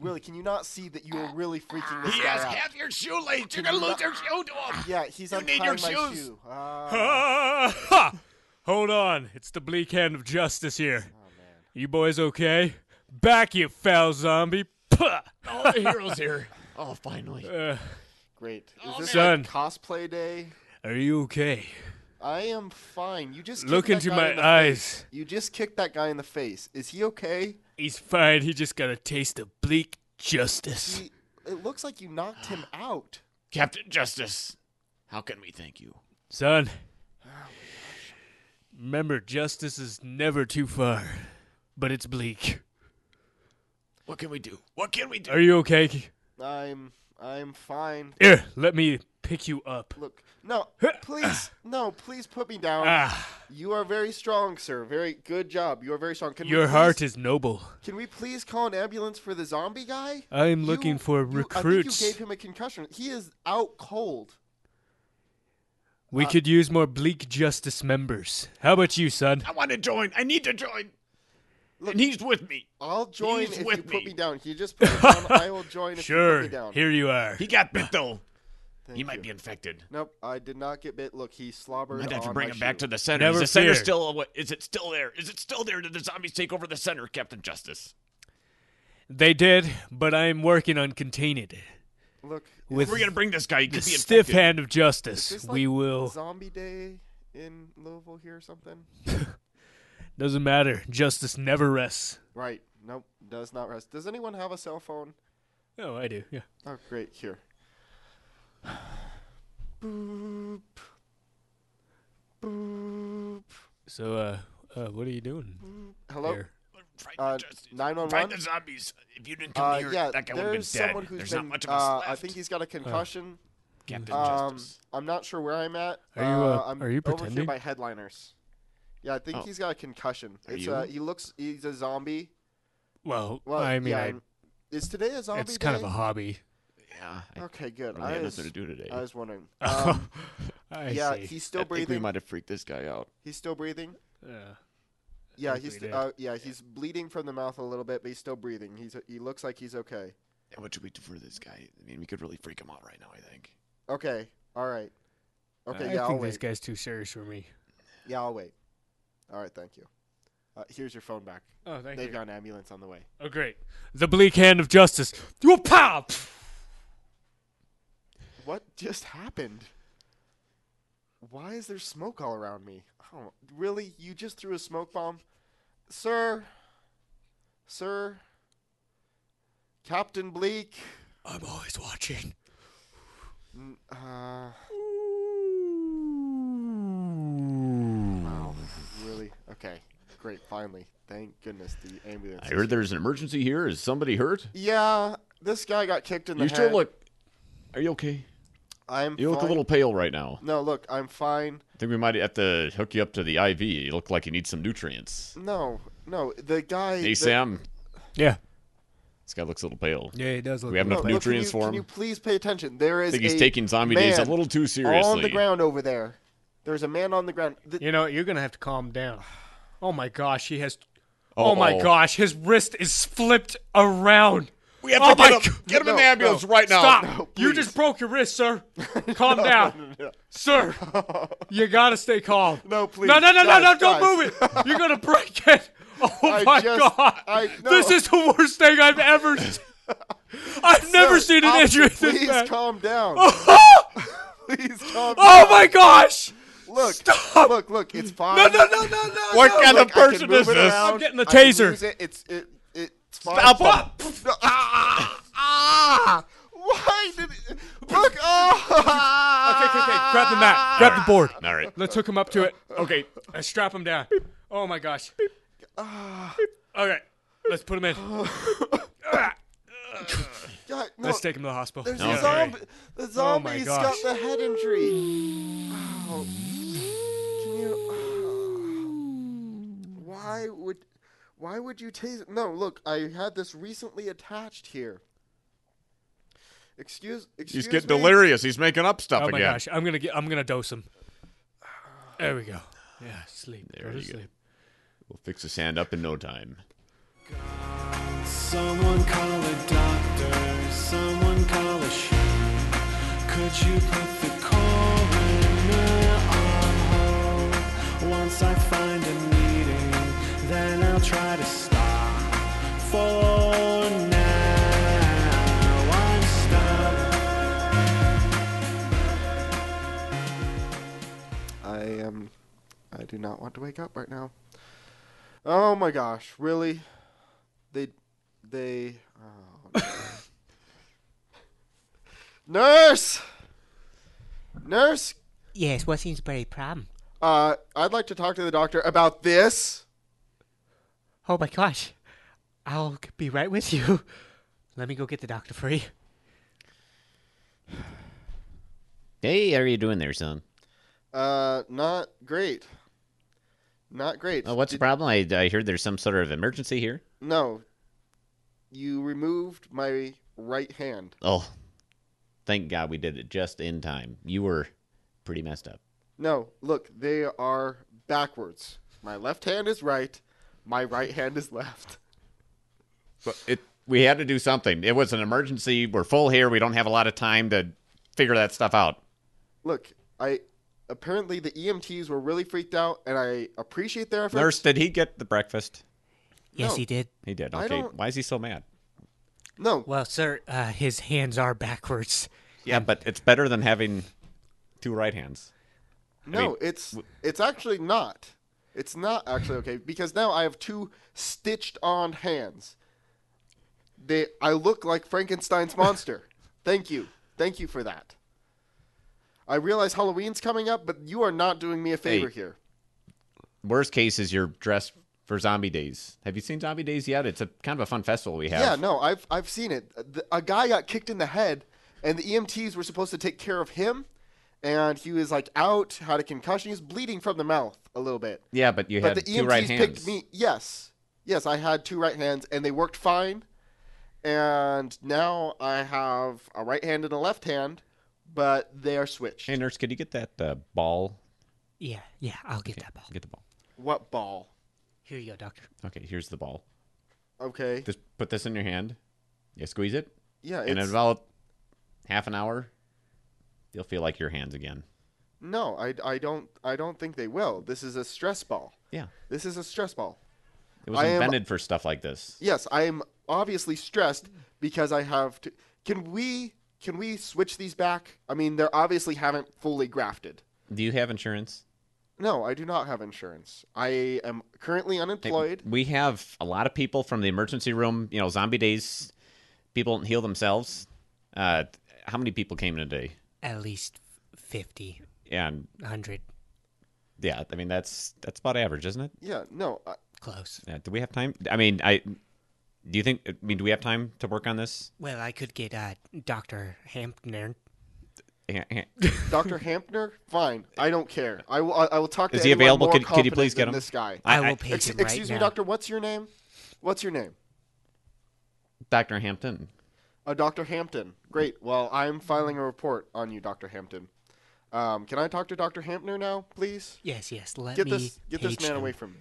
Speaker 1: really. Can you not see that you are really freaking this
Speaker 5: He
Speaker 1: guy
Speaker 5: has
Speaker 1: out?
Speaker 5: half your shoelace. You're gonna lose your shoe to him.
Speaker 1: Yeah, he's
Speaker 5: You
Speaker 1: untying
Speaker 5: need your
Speaker 1: my
Speaker 5: shoes.
Speaker 1: shoe. Ah,
Speaker 6: Ah, ha! Hold on. It's the bleak hand of justice here.
Speaker 1: Oh,
Speaker 6: You boys okay? Back, you foul zombie. Puh!
Speaker 5: All the heroes here. Oh, finally.
Speaker 6: [LAUGHS] Uh,
Speaker 1: great. Is
Speaker 5: Oh,
Speaker 1: this
Speaker 6: man.
Speaker 1: like cosplay day?
Speaker 6: are you okay?
Speaker 1: I am fine. You just
Speaker 6: Look
Speaker 1: kicked that
Speaker 6: into
Speaker 1: guy
Speaker 6: my
Speaker 1: in the
Speaker 6: eyes.
Speaker 1: Face. You just kicked that guy in the face. Is he okay?
Speaker 6: He's fine. He just got a taste of bleak justice.
Speaker 1: He, it looks like you knocked
Speaker 5: [SIGHS]
Speaker 1: him out.
Speaker 5: Captain Justice, how can we thank you?
Speaker 6: Son,
Speaker 1: Oh,
Speaker 6: remember, justice is never too far, but it's bleak.
Speaker 5: What can we do? What can we do?
Speaker 6: Are you okay?
Speaker 1: I'm I'm fine.
Speaker 6: Here, let me pick you up.
Speaker 1: Look,
Speaker 6: [LAUGHS]
Speaker 1: no, please, no, please put me down.
Speaker 6: Ah,
Speaker 1: You are very strong, sir. Very good job. You are very strong. Can we
Speaker 6: your
Speaker 1: please-
Speaker 6: heart is noble.
Speaker 1: Can we please call an ambulance for the zombie guy?
Speaker 6: I am looking
Speaker 1: You-
Speaker 6: for
Speaker 1: you-
Speaker 6: recruits.
Speaker 1: I think you gave him a concussion. He is out cold.
Speaker 6: We
Speaker 1: Uh,
Speaker 6: could use more bleak justice members. How about you, son?
Speaker 5: I want to join. I need to join. and he's with me.
Speaker 1: I'll join
Speaker 5: He's
Speaker 1: if
Speaker 5: with
Speaker 1: you put
Speaker 5: me.
Speaker 1: me. down. Can you just put me down? I will join if
Speaker 6: Sure.
Speaker 1: you put me down.
Speaker 6: Here you are.
Speaker 5: He got bit
Speaker 1: [LAUGHS]
Speaker 5: though. he might
Speaker 1: you.
Speaker 5: be infected.
Speaker 1: Nope, I did not get bit. Look, he slobbered.
Speaker 5: I'd have to
Speaker 1: on
Speaker 5: bring
Speaker 1: my
Speaker 5: him back
Speaker 1: shoe.
Speaker 5: to the center.
Speaker 6: Never
Speaker 5: is the center
Speaker 6: fear.
Speaker 5: still? awa- Is it still there? Is it still there? Did the zombies take over the center, Captain Justice?
Speaker 6: They did, but I am working on containing it.
Speaker 1: Look,
Speaker 6: With
Speaker 5: We're gonna bring this guy. He
Speaker 6: the
Speaker 5: could be
Speaker 6: stiff
Speaker 5: infected.
Speaker 6: hand of
Speaker 1: is
Speaker 6: justice,
Speaker 1: this
Speaker 6: we
Speaker 1: like
Speaker 6: will.
Speaker 1: Zombie Day in Louisville here or something? [LAUGHS]
Speaker 6: Doesn't matter. Justice never rests.
Speaker 1: Right. Nope. Does not rest. Does anyone have a cell phone?
Speaker 6: Oh, I do. Yeah.
Speaker 1: Oh, great. Here.
Speaker 6: So, uh, uh what are you doing?
Speaker 1: Mm, Hello.
Speaker 6: Here.
Speaker 5: Fight the
Speaker 1: Uh,
Speaker 5: justice.
Speaker 1: nine one
Speaker 5: Fight
Speaker 1: one.
Speaker 5: the zombies. If you didn't come
Speaker 1: Uh,
Speaker 5: here,
Speaker 1: yeah,
Speaker 5: that guy would have been dead.
Speaker 1: there's someone who's
Speaker 5: there's
Speaker 1: been.
Speaker 5: not much of us
Speaker 1: uh,
Speaker 5: left.
Speaker 1: I think he's got a concussion.
Speaker 5: Captain
Speaker 1: Um,
Speaker 5: Justice.
Speaker 1: I'm not sure where I'm at.
Speaker 6: Are you, uh,
Speaker 1: I'm
Speaker 6: are you
Speaker 1: over here
Speaker 6: pretending?
Speaker 1: by headliners. Yeah, I think
Speaker 8: Oh.
Speaker 1: he's got a concussion.
Speaker 8: Are
Speaker 1: it's
Speaker 8: you?
Speaker 1: uh, he looks he's a zombie.
Speaker 6: Well,
Speaker 1: Well,
Speaker 6: I mean,
Speaker 1: yeah,
Speaker 6: I,
Speaker 1: and- is today a zombie
Speaker 6: it's kind of
Speaker 1: day?
Speaker 6: a hobby.
Speaker 8: Yeah, I
Speaker 1: Okay, good.
Speaker 8: really
Speaker 1: I
Speaker 8: had
Speaker 1: was,
Speaker 8: nothing to do today.
Speaker 1: I was
Speaker 6: [LAUGHS]
Speaker 1: wondering. Um,
Speaker 6: I
Speaker 1: yeah,
Speaker 6: see.
Speaker 1: he's
Speaker 8: I
Speaker 1: still
Speaker 8: think we
Speaker 1: breathing.
Speaker 8: might have freaked this guy out.
Speaker 1: He's still breathing.
Speaker 6: Yeah.
Speaker 1: Yeah,
Speaker 6: think
Speaker 1: he's
Speaker 6: we
Speaker 1: st-
Speaker 6: did.
Speaker 1: uh, yeah, he's bleeding from the mouth a little bit, but he's still breathing. He's he looks like he's okay.
Speaker 8: What should we do for this guy? I mean, we could really freak him out right now. I think.
Speaker 1: Okay, all right. Okay,
Speaker 6: I
Speaker 1: yeah, I'll
Speaker 6: think
Speaker 1: wait.
Speaker 6: this guy's too serious for me.
Speaker 1: Yeah, I'll wait. All right, thank you. Uh, here's your phone back.
Speaker 6: Oh, thank
Speaker 1: They've
Speaker 6: you.
Speaker 1: got an ambulance on the way.
Speaker 6: oh, great. The bleak hand of justice. Whoop-pow!
Speaker 1: What just happened? Why is there smoke all around me? Oh, really? You just threw a smoke bomb? Sir? Sir? Captain Bleak?
Speaker 6: I'm always watching.
Speaker 1: N- Uh, wow, really? Okay, great, finally. Thank goodness the ambulance.
Speaker 8: I
Speaker 1: is
Speaker 8: heard
Speaker 1: here.
Speaker 8: there's an emergency here. Is somebody hurt?
Speaker 1: Yeah, this guy got kicked in the
Speaker 8: You
Speaker 1: head.
Speaker 8: sure look. Are you okay?
Speaker 1: I'm
Speaker 8: You look a
Speaker 1: fine.
Speaker 8: little pale right now.
Speaker 1: No, look, I'm fine.
Speaker 8: I think we might have to hook you up to the IV. You look like you need some nutrients.
Speaker 1: No, no, the guy.
Speaker 8: Hey,
Speaker 1: the-
Speaker 8: Sam.
Speaker 6: Yeah.
Speaker 8: This guy looks a little pale.
Speaker 6: Yeah, he does look
Speaker 8: We have
Speaker 6: like-
Speaker 8: enough
Speaker 1: no, look,
Speaker 8: nutrients
Speaker 1: can you,
Speaker 8: for
Speaker 1: Can
Speaker 8: him.
Speaker 1: you please pay attention? There is.
Speaker 8: I think he's
Speaker 1: a
Speaker 8: taking zombie days a
Speaker 1: man
Speaker 8: little too
Speaker 1: On the
Speaker 8: seriously.
Speaker 1: ground over there. There's a man on the ground. Th-
Speaker 6: You know, you're going to have to calm down. Oh, my gosh. He has. Oh, my
Speaker 8: Uh-oh.
Speaker 6: gosh. His wrist is flipped around.
Speaker 8: We have
Speaker 6: Oh
Speaker 8: to
Speaker 6: my
Speaker 8: get him.
Speaker 6: God.
Speaker 8: Get him in the
Speaker 1: No,
Speaker 8: ambulance
Speaker 1: no.
Speaker 8: right now.
Speaker 6: Stop.
Speaker 1: no,
Speaker 6: you
Speaker 1: please.
Speaker 6: just broke your wrist,
Speaker 1: [LAUGHS]
Speaker 6: sir. Calm down. Sir, you got to stay calm.
Speaker 1: No, please.
Speaker 6: No, no, no, no,
Speaker 1: Guys,
Speaker 6: no, don't
Speaker 1: guys.
Speaker 6: move it. You're going to
Speaker 1: [LAUGHS]
Speaker 6: break it. Oh,
Speaker 1: I
Speaker 6: my
Speaker 1: just-
Speaker 6: God.
Speaker 1: I- no.
Speaker 6: This is the worst thing
Speaker 1: [LAUGHS]
Speaker 6: I've ever seen. I've never
Speaker 1: Sir,
Speaker 6: seen an
Speaker 1: officer,
Speaker 6: injury this
Speaker 1: Please [SIGHS]
Speaker 6: bad.
Speaker 1: calm
Speaker 6: [LAUGHS]
Speaker 1: down. [LAUGHS] please calm
Speaker 6: Oh,
Speaker 1: down.
Speaker 6: my gosh.
Speaker 1: Look,
Speaker 6: stop.
Speaker 1: look, look. It's fine.
Speaker 6: No, no, no, no, no.
Speaker 8: What
Speaker 6: no.
Speaker 8: kind
Speaker 1: Look,
Speaker 8: of
Speaker 1: I can
Speaker 8: person
Speaker 1: move
Speaker 8: is
Speaker 1: it
Speaker 8: this?
Speaker 1: around.
Speaker 6: I'm getting the
Speaker 1: I can
Speaker 6: taser.
Speaker 1: use it. It's it. it it's fine.
Speaker 8: Stop up.
Speaker 1: No, ah, ah, why did it, look? Ah,
Speaker 6: Okay, okay, okay. Grab the mat. Grab the board.
Speaker 8: All right.
Speaker 6: Let's hook him up to it.
Speaker 8: Okay.
Speaker 6: Let's strap him down. Oh my gosh.
Speaker 1: Ah.
Speaker 6: Okay. Let's put
Speaker 1: [LAUGHS]
Speaker 6: him in.
Speaker 1: God, no,
Speaker 6: Let's take him to the hospital. Oh
Speaker 1: There's
Speaker 8: No.
Speaker 1: a zombie. The zombie's got
Speaker 6: gosh.
Speaker 1: the head injury. Oh. Can you? Why would? Why would you tase? No, look. I had this recently attached here. Excuse. Excuse
Speaker 8: He's getting
Speaker 1: me?
Speaker 8: delirious. He's making up stuff
Speaker 6: Oh
Speaker 8: again.
Speaker 6: my gosh. I'm gonna get I'm gonna dose him. There we go. Yeah, sleep.
Speaker 8: There
Speaker 6: Go to
Speaker 8: you go.
Speaker 6: sleep.
Speaker 8: We'll fix his hand up in no time.
Speaker 9: Someone call a doctor, someone call a sheriff. Could you put the coroner on hold? Once I find a meeting, then I'll try to stop. For now, I'm stuck.
Speaker 1: I am. I do not want to wake up right now. Oh my gosh! Really? They. They. Oh, no. Nurse. Nurse.
Speaker 10: Yes, what seems to be the problem?
Speaker 1: Uh, I'd like to talk to the doctor about this.
Speaker 10: Oh my gosh. I'll be right with you. [LAUGHS] Let me go get the doctor for you.
Speaker 8: Hey, how are you doing there, son?
Speaker 1: Uh, not great. Not great.
Speaker 8: Oh, what's the problem? I, I heard there's some sort of emergency here.
Speaker 1: No. You removed my right hand.
Speaker 8: Oh, thank God we did it just in time. You were pretty messed up.
Speaker 1: No, look, they are backwards. My left hand is right. My right hand is left.
Speaker 8: But it we had to do something. It was an emergency. We're full here. We don't have a lot of time to figure that stuff out.
Speaker 1: Look, I apparently the EMTs were really freaked out, and I appreciate their efforts.
Speaker 8: Nurse, did he get the breakfast?
Speaker 10: Yes,
Speaker 1: No.
Speaker 10: he did.
Speaker 8: He did.
Speaker 1: I
Speaker 8: Okay.
Speaker 1: don't-
Speaker 8: Why is he so mad?
Speaker 1: No,
Speaker 10: Well, sir, uh, his hands are backwards.
Speaker 8: Yeah, but it's better than having two right hands.
Speaker 1: No,
Speaker 8: mean-
Speaker 1: it's it's actually not. It's not actually okay because now I have two stitched on hands. They I look like Frankenstein's
Speaker 8: [LAUGHS]
Speaker 1: monster. Thank you. Thank you for that. I realize Halloween's coming up, but you are not doing me a favor
Speaker 8: Hey.
Speaker 1: here.
Speaker 8: Worst case is you're dressed for Zombie Days. Have you seen Zombie Days yet? It's a kind of a fun festival we have.
Speaker 1: Yeah, no, I've I've Uh, E seen it. The- A guy got kicked in the head and the EMTs were supposed to take care of him and he was like out, had a concussion. He was bleeding from the mouth a little bit.
Speaker 8: Yeah, but you
Speaker 1: but
Speaker 8: had
Speaker 1: the
Speaker 8: two
Speaker 1: EMTs
Speaker 8: right
Speaker 1: picked
Speaker 8: hands.
Speaker 1: me. Yes, yes, I had two right hands, and they worked fine. And now I have a right hand and a left hand, but they are switched.
Speaker 8: Hey, nurse, could you get that uh, ball?
Speaker 10: Yeah, yeah, I'll get that ball.
Speaker 8: Get the ball.
Speaker 1: what ball?
Speaker 10: Here you go, doctor.
Speaker 8: Okay, here's the ball.
Speaker 1: Okay.
Speaker 8: Just put this in your hand. You squeeze it,
Speaker 1: Yeah.
Speaker 8: and in
Speaker 1: It's,
Speaker 8: about half an hour, you'll feel like your hands again.
Speaker 1: no, I, I don't I don't think they will. This is a stress ball.
Speaker 8: Yeah,
Speaker 1: This is a stress ball.
Speaker 8: it was
Speaker 1: I am-
Speaker 8: invented for stuff like this.
Speaker 1: Yes, I am obviously stressed because I have to. Can we can we switch these back? I mean, they're obviously haven't fully grafted.
Speaker 8: Do you have insurance?
Speaker 1: No, I do not have insurance. I am currently
Speaker 8: Hey,
Speaker 1: unemployed.
Speaker 8: We have a lot of people from the emergency room. You know, zombie days. People don't heal themselves. Uh, how many people came in a day?
Speaker 10: At least 50,
Speaker 8: And
Speaker 10: 100,
Speaker 8: yeah, I mean that's that's about average, isn't it?
Speaker 1: Yeah, no, I,
Speaker 10: close.
Speaker 8: Yeah, do we have time? I mean, I do you think? I mean, do we have time to work on this?
Speaker 10: Well, I could get uh, Dr. Hampner.
Speaker 8: Eh, eh.
Speaker 1: Dr. Hampner. Fine, I don't care. I will. I, I will talk
Speaker 8: Is
Speaker 1: to
Speaker 8: he
Speaker 1: anyone
Speaker 8: available?
Speaker 1: more
Speaker 8: Could- could you
Speaker 1: competent
Speaker 8: please get
Speaker 1: than
Speaker 8: him?
Speaker 1: This guy.
Speaker 10: I, will page
Speaker 1: Ex-
Speaker 10: him
Speaker 1: excuse
Speaker 10: right
Speaker 1: me,
Speaker 10: now.
Speaker 1: doctor. What's your name? What's your name?
Speaker 8: Dr. Hampton.
Speaker 1: Uh, Dr. Hampton. Great. Well, I'm filing a report on you, Dr. Hampton. Um, can I talk to Dr. Hampner now, please?
Speaker 10: Yes, yes, let
Speaker 1: Get
Speaker 10: me
Speaker 1: this get this
Speaker 10: page
Speaker 1: man
Speaker 10: him.
Speaker 1: away from me.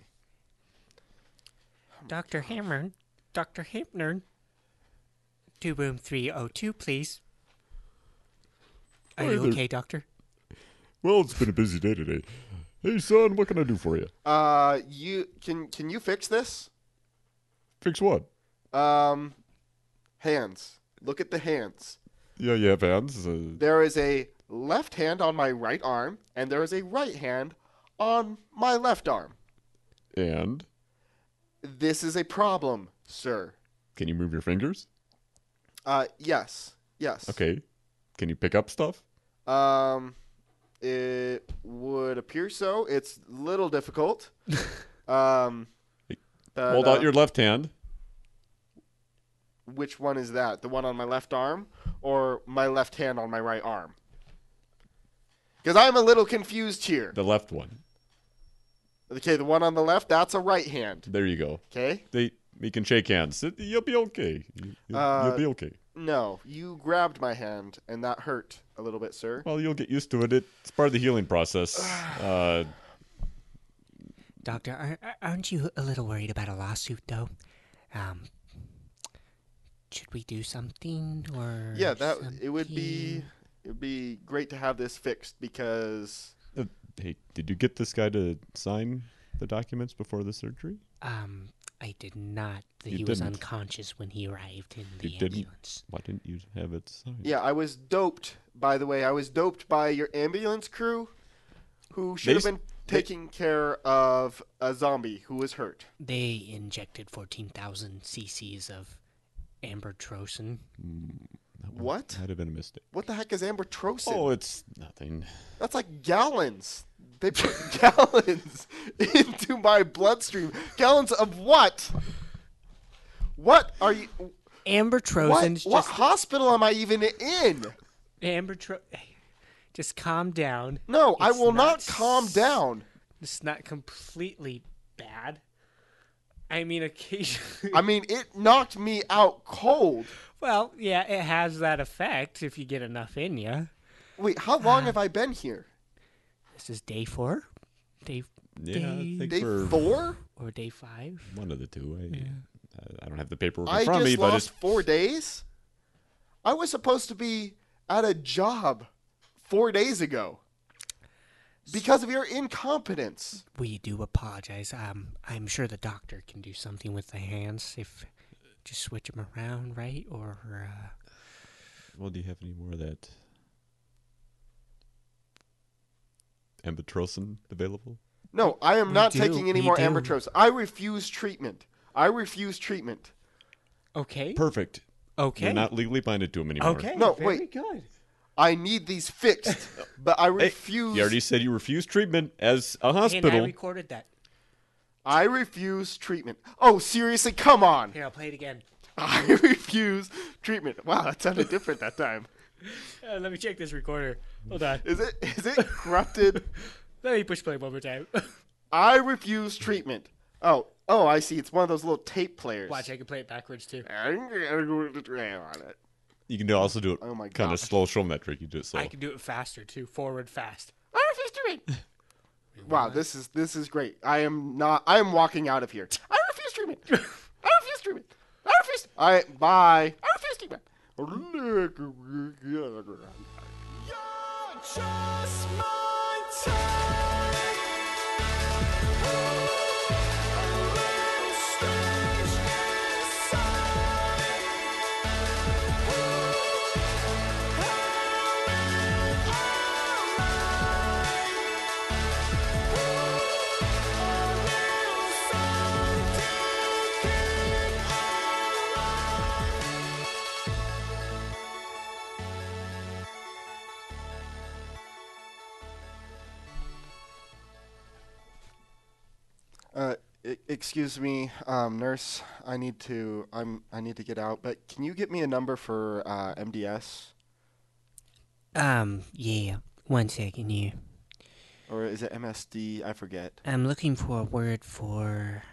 Speaker 10: Dr. Hammern, Dr. Hampner, to room 302, please. Are you okay, doctor?
Speaker 11: Well, it's been a busy day today. Hey, son, what can I do for you?
Speaker 1: Uh, you can can you fix this?
Speaker 11: Fix what?
Speaker 1: Um, hands. Look at the hands.
Speaker 11: Yeah, you have hands. Uh,
Speaker 1: There is a left hand on my right arm, and there is a right hand on my left arm.
Speaker 11: and
Speaker 1: This is a problem, sir.
Speaker 11: can you move your fingers?
Speaker 1: Uh, yes, yes.
Speaker 11: Okay. Can you pick up stuff?
Speaker 1: Um, it would appear so. It's a
Speaker 11: [LAUGHS]
Speaker 1: little difficult. um, but,
Speaker 11: Hold
Speaker 1: uh,
Speaker 11: out your left hand.
Speaker 1: which one is that? The one on my left arm or my left hand on my right arm? Because I'm a little confused here.
Speaker 11: The left one.
Speaker 1: Okay, the one on the left, that's a right hand.
Speaker 11: There you go.
Speaker 1: Okay?
Speaker 11: They we can shake hands. It- You'll be okay. You- You'll,
Speaker 1: Uh,
Speaker 11: you'll be okay.
Speaker 1: No, you grabbed my hand, and that hurt a little bit, sir.
Speaker 11: Well, you'll get used to it. It's part of the healing process. Uh,
Speaker 10: Doctor, ar- ar- aren't you a little worried about a lawsuit, though? Um, should we do something or
Speaker 1: Yeah, that it would be
Speaker 10: something?
Speaker 1: it would be great to have this fixed because
Speaker 11: uh, hey, did you get this guy to sign the documents before the surgery?
Speaker 10: Um, I did not. He
Speaker 11: You
Speaker 10: was
Speaker 11: didn't.
Speaker 10: unconscious when he arrived in the
Speaker 11: You didn't.
Speaker 10: ambulance.
Speaker 11: Why didn't you have it signed?
Speaker 1: yeah, I was doped. By the way, I was doped by your ambulance crew, who
Speaker 11: They
Speaker 1: should have
Speaker 11: s-
Speaker 1: been taking care of a zombie who was hurt.
Speaker 10: They injected fourteen thousand cc's of ambertrosin.
Speaker 11: Mm.
Speaker 1: What?
Speaker 11: That'd have been a mistake.
Speaker 1: What the heck is ambertrosin?
Speaker 11: Oh, it's nothing.
Speaker 1: That's like gallons. They put [LAUGHS] gallons into my bloodstream. Gallons of what? What are you? What,
Speaker 10: Ambertrosin's
Speaker 1: what
Speaker 10: just
Speaker 1: hospital am I even in?
Speaker 10: ambertro. [SIGHS] Just calm down.
Speaker 1: No, I
Speaker 10: It's
Speaker 1: will not,
Speaker 10: not
Speaker 1: calm
Speaker 10: s-
Speaker 1: down.
Speaker 10: It's not completely bad. I mean, occasionally.
Speaker 1: I mean, it knocked me out cold.
Speaker 10: well, yeah, [LAUGHS] it has that effect if you get enough in you.
Speaker 1: Wait, how long have I been here?
Speaker 10: uh, This is day four, day
Speaker 11: Yeah, I think
Speaker 1: Day
Speaker 11: we're
Speaker 1: four?
Speaker 10: or day five.
Speaker 11: one of the two. I, I- I don't have the paperwork
Speaker 1: I
Speaker 11: in front
Speaker 1: just
Speaker 11: of me, but it's
Speaker 1: lost four days. I was supposed to be at a job four days ago because of your incompetence.
Speaker 10: We do apologize. Um, I'm sure the doctor can do something with the hands if just switch them around, right? Or uh,
Speaker 11: Well, do you have any more of that ambitrosin available?
Speaker 1: No, I am not
Speaker 10: do,
Speaker 1: taking any
Speaker 10: we
Speaker 1: more
Speaker 10: do.
Speaker 1: ambertropes. I refuse treatment. I refuse treatment.
Speaker 10: okay,
Speaker 11: Perfect.
Speaker 10: okay,
Speaker 11: You're not legally binded to him anymore.
Speaker 10: okay.
Speaker 1: No,
Speaker 10: very
Speaker 1: wait.
Speaker 10: good.
Speaker 1: I need these fixed,
Speaker 11: [LAUGHS]
Speaker 1: but I
Speaker 11: Hey,
Speaker 1: refuse.
Speaker 11: You already said you refuse treatment as a hospital.
Speaker 10: And I recorded that.
Speaker 1: I refuse treatment. Oh, seriously? Come on.
Speaker 10: Here,
Speaker 1: [LAUGHS]
Speaker 10: I'll play it again.
Speaker 1: I refuse treatment. Wow, that sounded different that time.
Speaker 10: Uh, let me check this recorder.
Speaker 4: Hold on.
Speaker 1: Is it is it
Speaker 10: [LAUGHS]
Speaker 1: corrupted?
Speaker 4: Let me push play one more time.
Speaker 1: I refuse treatment. Oh, oh, I see. It's one of those little tape players. [LAUGHS]
Speaker 4: Watch, I can play it backwards too.
Speaker 11: You can do, also do it
Speaker 1: Oh my
Speaker 11: kind of
Speaker 1: gosh.
Speaker 11: slow show metric. You do it slow.
Speaker 4: I can do it faster too. Forward fast.
Speaker 1: Wow, this is this is great. I am not. I am walking out of here. I refuse treatment. I refuse treatment. I refuse. All right, bye. I refuse treatment. Uh, e- excuse me, um, nurse. I need to. I'm. I need to get out. But can you get me a number for uh, MDS,
Speaker 10: Um, yeah. One second here.
Speaker 1: or is it MSD? I forget.
Speaker 10: I'm looking for a word for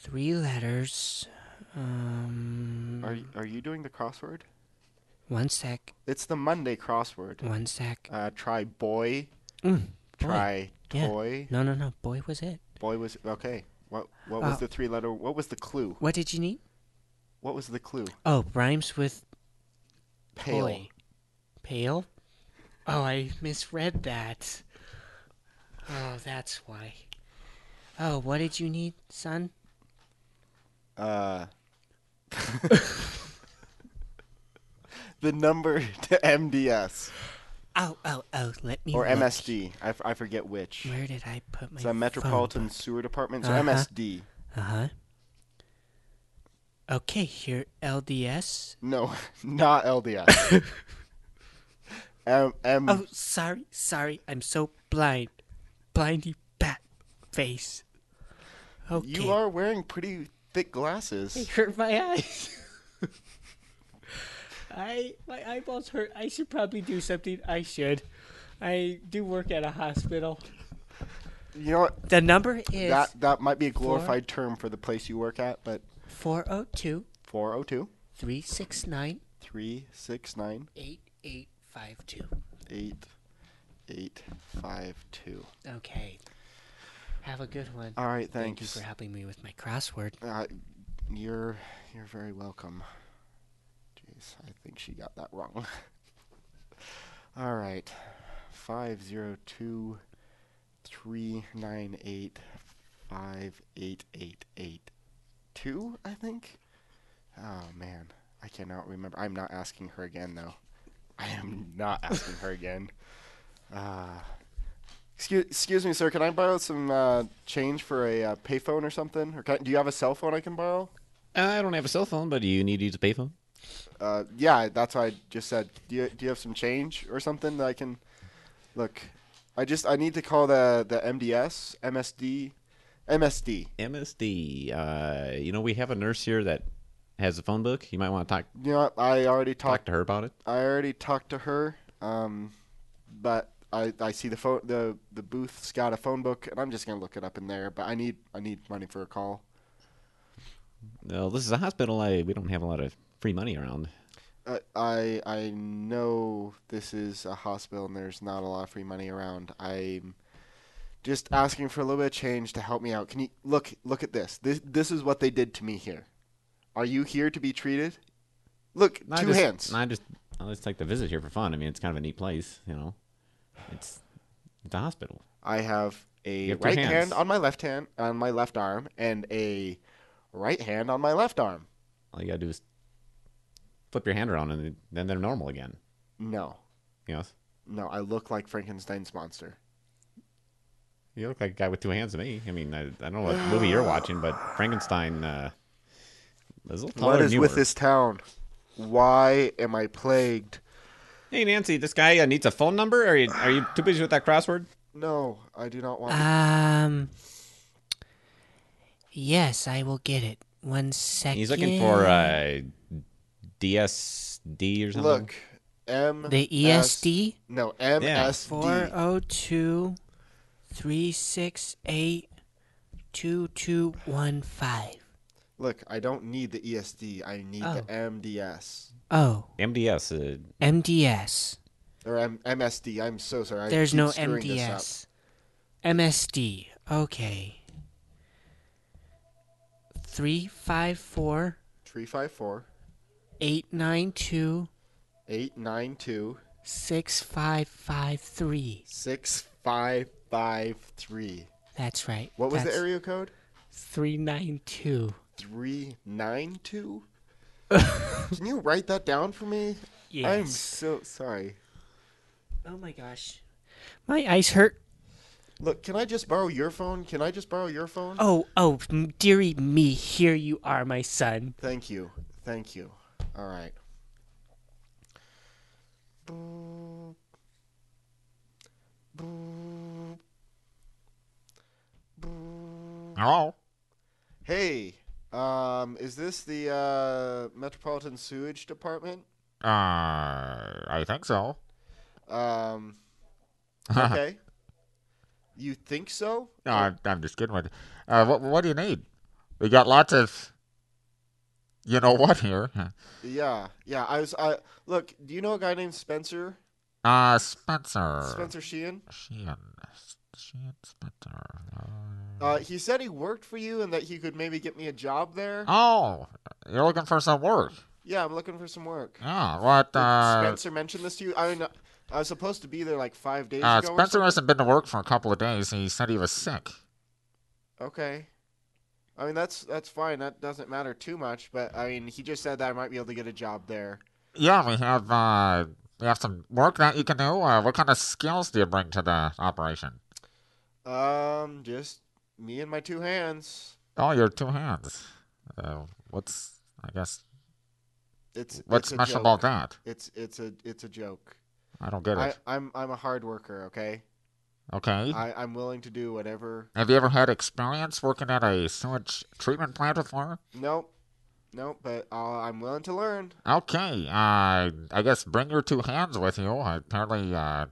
Speaker 10: three letters. Um,
Speaker 1: Are y- Are you doing the crossword?
Speaker 10: one sec.
Speaker 1: It's the Monday crossword.
Speaker 10: One sec.
Speaker 1: Uh, try boy.
Speaker 10: Mm, boy.
Speaker 1: Try
Speaker 10: Yeah.
Speaker 1: toy.
Speaker 10: No, no, no. Boy was it.
Speaker 1: Boy was okay. What What was
Speaker 10: Uh,
Speaker 1: the three letter? What was the clue?
Speaker 10: What did you need?
Speaker 1: What was the clue?
Speaker 10: Oh, rhymes with
Speaker 1: Pale.
Speaker 10: toy. Pale? Oh, I misread that. Oh, that's why. Oh, what did you need, son? [LAUGHS]
Speaker 1: Uh, [LAUGHS] the number to MDS
Speaker 10: Oh, oh, oh, let me
Speaker 1: or
Speaker 10: look.
Speaker 1: MSD. I, f- I forget which.
Speaker 10: Where did I put my
Speaker 1: It's a Metropolitan
Speaker 10: phone book?
Speaker 1: Sewer Department, so
Speaker 10: Uh-huh.
Speaker 1: MSD.
Speaker 10: Uh-huh. Okay, here, LDS.
Speaker 1: No, [LAUGHS] not
Speaker 10: [LAUGHS]
Speaker 1: LDS. M, M,
Speaker 10: Oh, sorry, sorry, I'm so blind. Blindy bat face. Okay.
Speaker 1: You are wearing pretty thick glasses.
Speaker 10: It hurt my eyes. [LAUGHS] I my eyeballs hurt. I should probably do something. I should. I do work at a hospital.
Speaker 1: You know what?
Speaker 10: The number is
Speaker 1: That that might be a glorified term for the place you work at, but
Speaker 10: 402
Speaker 1: 402
Speaker 10: 369
Speaker 1: 369
Speaker 10: 8852.
Speaker 1: 8852.
Speaker 10: Okay. Have a good one.
Speaker 1: All right,
Speaker 10: Thank you
Speaker 1: thanks.
Speaker 10: for helping me with my crossword.
Speaker 1: Uh, you're you're very welcome. Jeez, I think she got that wrong. [LAUGHS] All right, five zero two three nine eight five eight eight eight two. I think. Oh man, I cannot remember. I'm not asking her again though. I am not asking her again. [LAUGHS] Uh, excuse, excuse me, sir. Can I borrow some uh, change for a uh, payphone or something? Or can, do you have a cell phone I can borrow?
Speaker 8: Uh, I don't have a cell phone, but do you need to use a payphone?
Speaker 1: Uh, yeah, that's what I just said. Do you, do you have some change or something that I can look? I just I need to call the the MDS, MSD, MSD.
Speaker 8: MSD. Uh, you know, we have a nurse here that has a phone book. You might want to talk
Speaker 1: You know, what? I already
Speaker 8: talk
Speaker 1: talked.
Speaker 8: to her about it.
Speaker 1: I already talked to her. Um, but I, I see the phone the the booth's got a phone book, and I'm just gonna look it up in there. But I need I need money for a call.
Speaker 8: No, this is a hospital. I we don't have a lot of free money around.
Speaker 1: Uh, I I know this is a hospital and there's not a lot of free money around. I'm just asking for a little bit of change to help me out. Can you look look at this? This this is what they did to me here. Are you here to be treated? Look,
Speaker 8: No, I
Speaker 1: two
Speaker 8: just-
Speaker 1: hands.
Speaker 8: no, I just I just like to visit here for fun. I mean, it's kind of a neat place. You know, it's it's a hospital.
Speaker 1: I have a
Speaker 8: You have two
Speaker 1: right
Speaker 8: hands.
Speaker 1: hand on my left hand on my left arm and a right hand on my left arm.
Speaker 8: All you gotta do is flip your hand around, and then they're normal again.
Speaker 1: No.
Speaker 8: You know,
Speaker 1: No, I look like Frankenstein's monster.
Speaker 8: you look like a guy with two hands to me. I mean, I, I don't know what movie you're watching, but Frankenstein uh, is a little taller
Speaker 1: What
Speaker 8: than
Speaker 1: is
Speaker 8: you
Speaker 1: with
Speaker 8: were.
Speaker 1: this town? Why am I plagued?
Speaker 8: Hey Nancy, this guy uh, needs a phone number. Are you are you too busy with that crossword?
Speaker 1: No, Oh, I do not want to
Speaker 10: Um. Yes, I will get it. One second.
Speaker 8: uh, He's looking for uh, DSD or something.
Speaker 1: Look, M.
Speaker 10: Um, The E ESD?
Speaker 1: No, MSD.
Speaker 10: 402 368 2215.
Speaker 1: Look, I don't need the ESD. I need the MDS
Speaker 10: Oh.
Speaker 9: MDS. Uh,
Speaker 10: MDS.
Speaker 1: or M- MSD. I'm so sorry. I
Speaker 10: There's
Speaker 1: keep
Speaker 10: no
Speaker 1: screwing this up.
Speaker 10: MDS. MSD. Okay. 354
Speaker 1: 354
Speaker 10: 892
Speaker 1: 892
Speaker 10: 6553.
Speaker 1: 6553.
Speaker 10: That's right.
Speaker 1: What was
Speaker 10: That's
Speaker 1: the area code?
Speaker 10: 392. [LAUGHS]
Speaker 1: 392? Can you write that down for me? I'm
Speaker 10: Yes.
Speaker 1: so sorry.
Speaker 10: Oh my gosh. My eyes hurt.
Speaker 1: Look, can I just borrow your phone? Can I just borrow your phone?
Speaker 10: Oh, oh, m- dearie me, here you are, my son.
Speaker 1: Thank you. Thank you. All right.
Speaker 7: Oh.
Speaker 9: Hello.
Speaker 1: Hey, um, is this the uh, Metropolitan Sewage Department?
Speaker 9: Uh, I think so.
Speaker 7: [LAUGHS]
Speaker 1: Um, okay. you think so?
Speaker 7: No, I'm, I'm just kidding with you. Uh, what, what do you need? We got lots of, you know what here? [LAUGHS]
Speaker 1: Yeah, yeah. I was. I look. Do you know a guy named Spencer?
Speaker 7: Uh, Spencer.
Speaker 1: Spencer Sheehan.
Speaker 7: Sheehan. Sheehan Spencer.
Speaker 1: Uh, he said he worked for you and that he could maybe get me a job there.
Speaker 7: Oh, you're looking for some work.
Speaker 1: Yeah, I'm looking for some work.
Speaker 7: Yeah, what,
Speaker 1: Did
Speaker 7: uh,
Speaker 1: Spencer mentioned this to you. I mean, I was supposed to be there like five days
Speaker 7: Uh,
Speaker 1: ago. or
Speaker 7: Spencer
Speaker 1: something.
Speaker 7: hasn't been to work for a couple of days. He said he was sick.
Speaker 1: Okay. I mean, that's that's fine. That doesn't matter too much. But I mean, he just said that I might be able to get a job there.
Speaker 7: Yeah, we have, uh, we have some work that you can do. Uh, what kind of skills do you bring to the operation?
Speaker 1: Um, just me and my two hands.
Speaker 7: Oh, your two hands. Uh, what's, I guess,
Speaker 1: It's
Speaker 7: What's
Speaker 1: it's a
Speaker 7: special
Speaker 1: joke.
Speaker 7: about that?
Speaker 1: It's it's a it's a joke.
Speaker 7: I don't get
Speaker 1: I,
Speaker 7: it.
Speaker 1: I'm I'm a hard worker. Okay.
Speaker 7: okay.
Speaker 1: I, I'm willing to do whatever.
Speaker 7: Have you ever had experience working at a sewage treatment plant before?
Speaker 1: Nope. Nope. But uh, I'm willing to learn.
Speaker 7: Okay, uh, I guess bring your two hands with you. Apparently, uh, uh,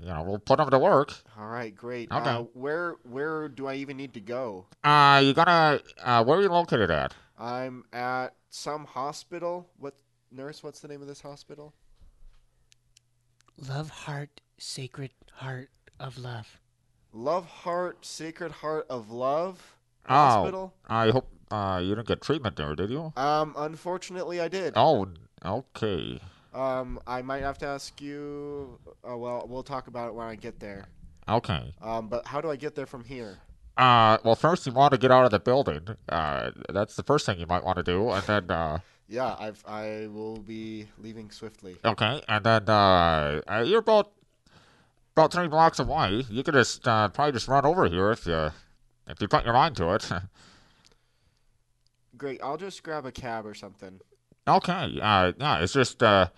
Speaker 7: you know, we'll put them to work.
Speaker 1: All right. Great.
Speaker 7: Okay.
Speaker 1: Uh, where where do I even need to go?
Speaker 7: Uh, you gotta, uh, where are you located at?
Speaker 1: I'm at some hospital. What nurse? What's the name of this hospital?
Speaker 10: Love heart, sacred heart of love.
Speaker 1: Love Heart Sacred Heart of Love
Speaker 7: Oh,
Speaker 1: Hospital.
Speaker 7: I hope, uh, you didn't get treatment there, did you?
Speaker 1: Um, unfortunately, I did.
Speaker 7: Oh, okay.
Speaker 1: Um, I might have to ask you. Uh, well, we'll talk about it when I get there.
Speaker 7: Okay.
Speaker 1: Um, but how do I get there from here?
Speaker 7: Uh, well, first you want to get out of the building. Uh, that's the first thing you might want to do, and then, uh,
Speaker 1: Yeah, I've I will be leaving swiftly.
Speaker 7: Okay, and then uh, uh, you're about about three blocks away. You could just uh, probably just run over here if you if you put your mind to it. [LAUGHS]
Speaker 1: Great. I'll just grab a cab or something.
Speaker 7: okay, uh, yeah, it's just uh,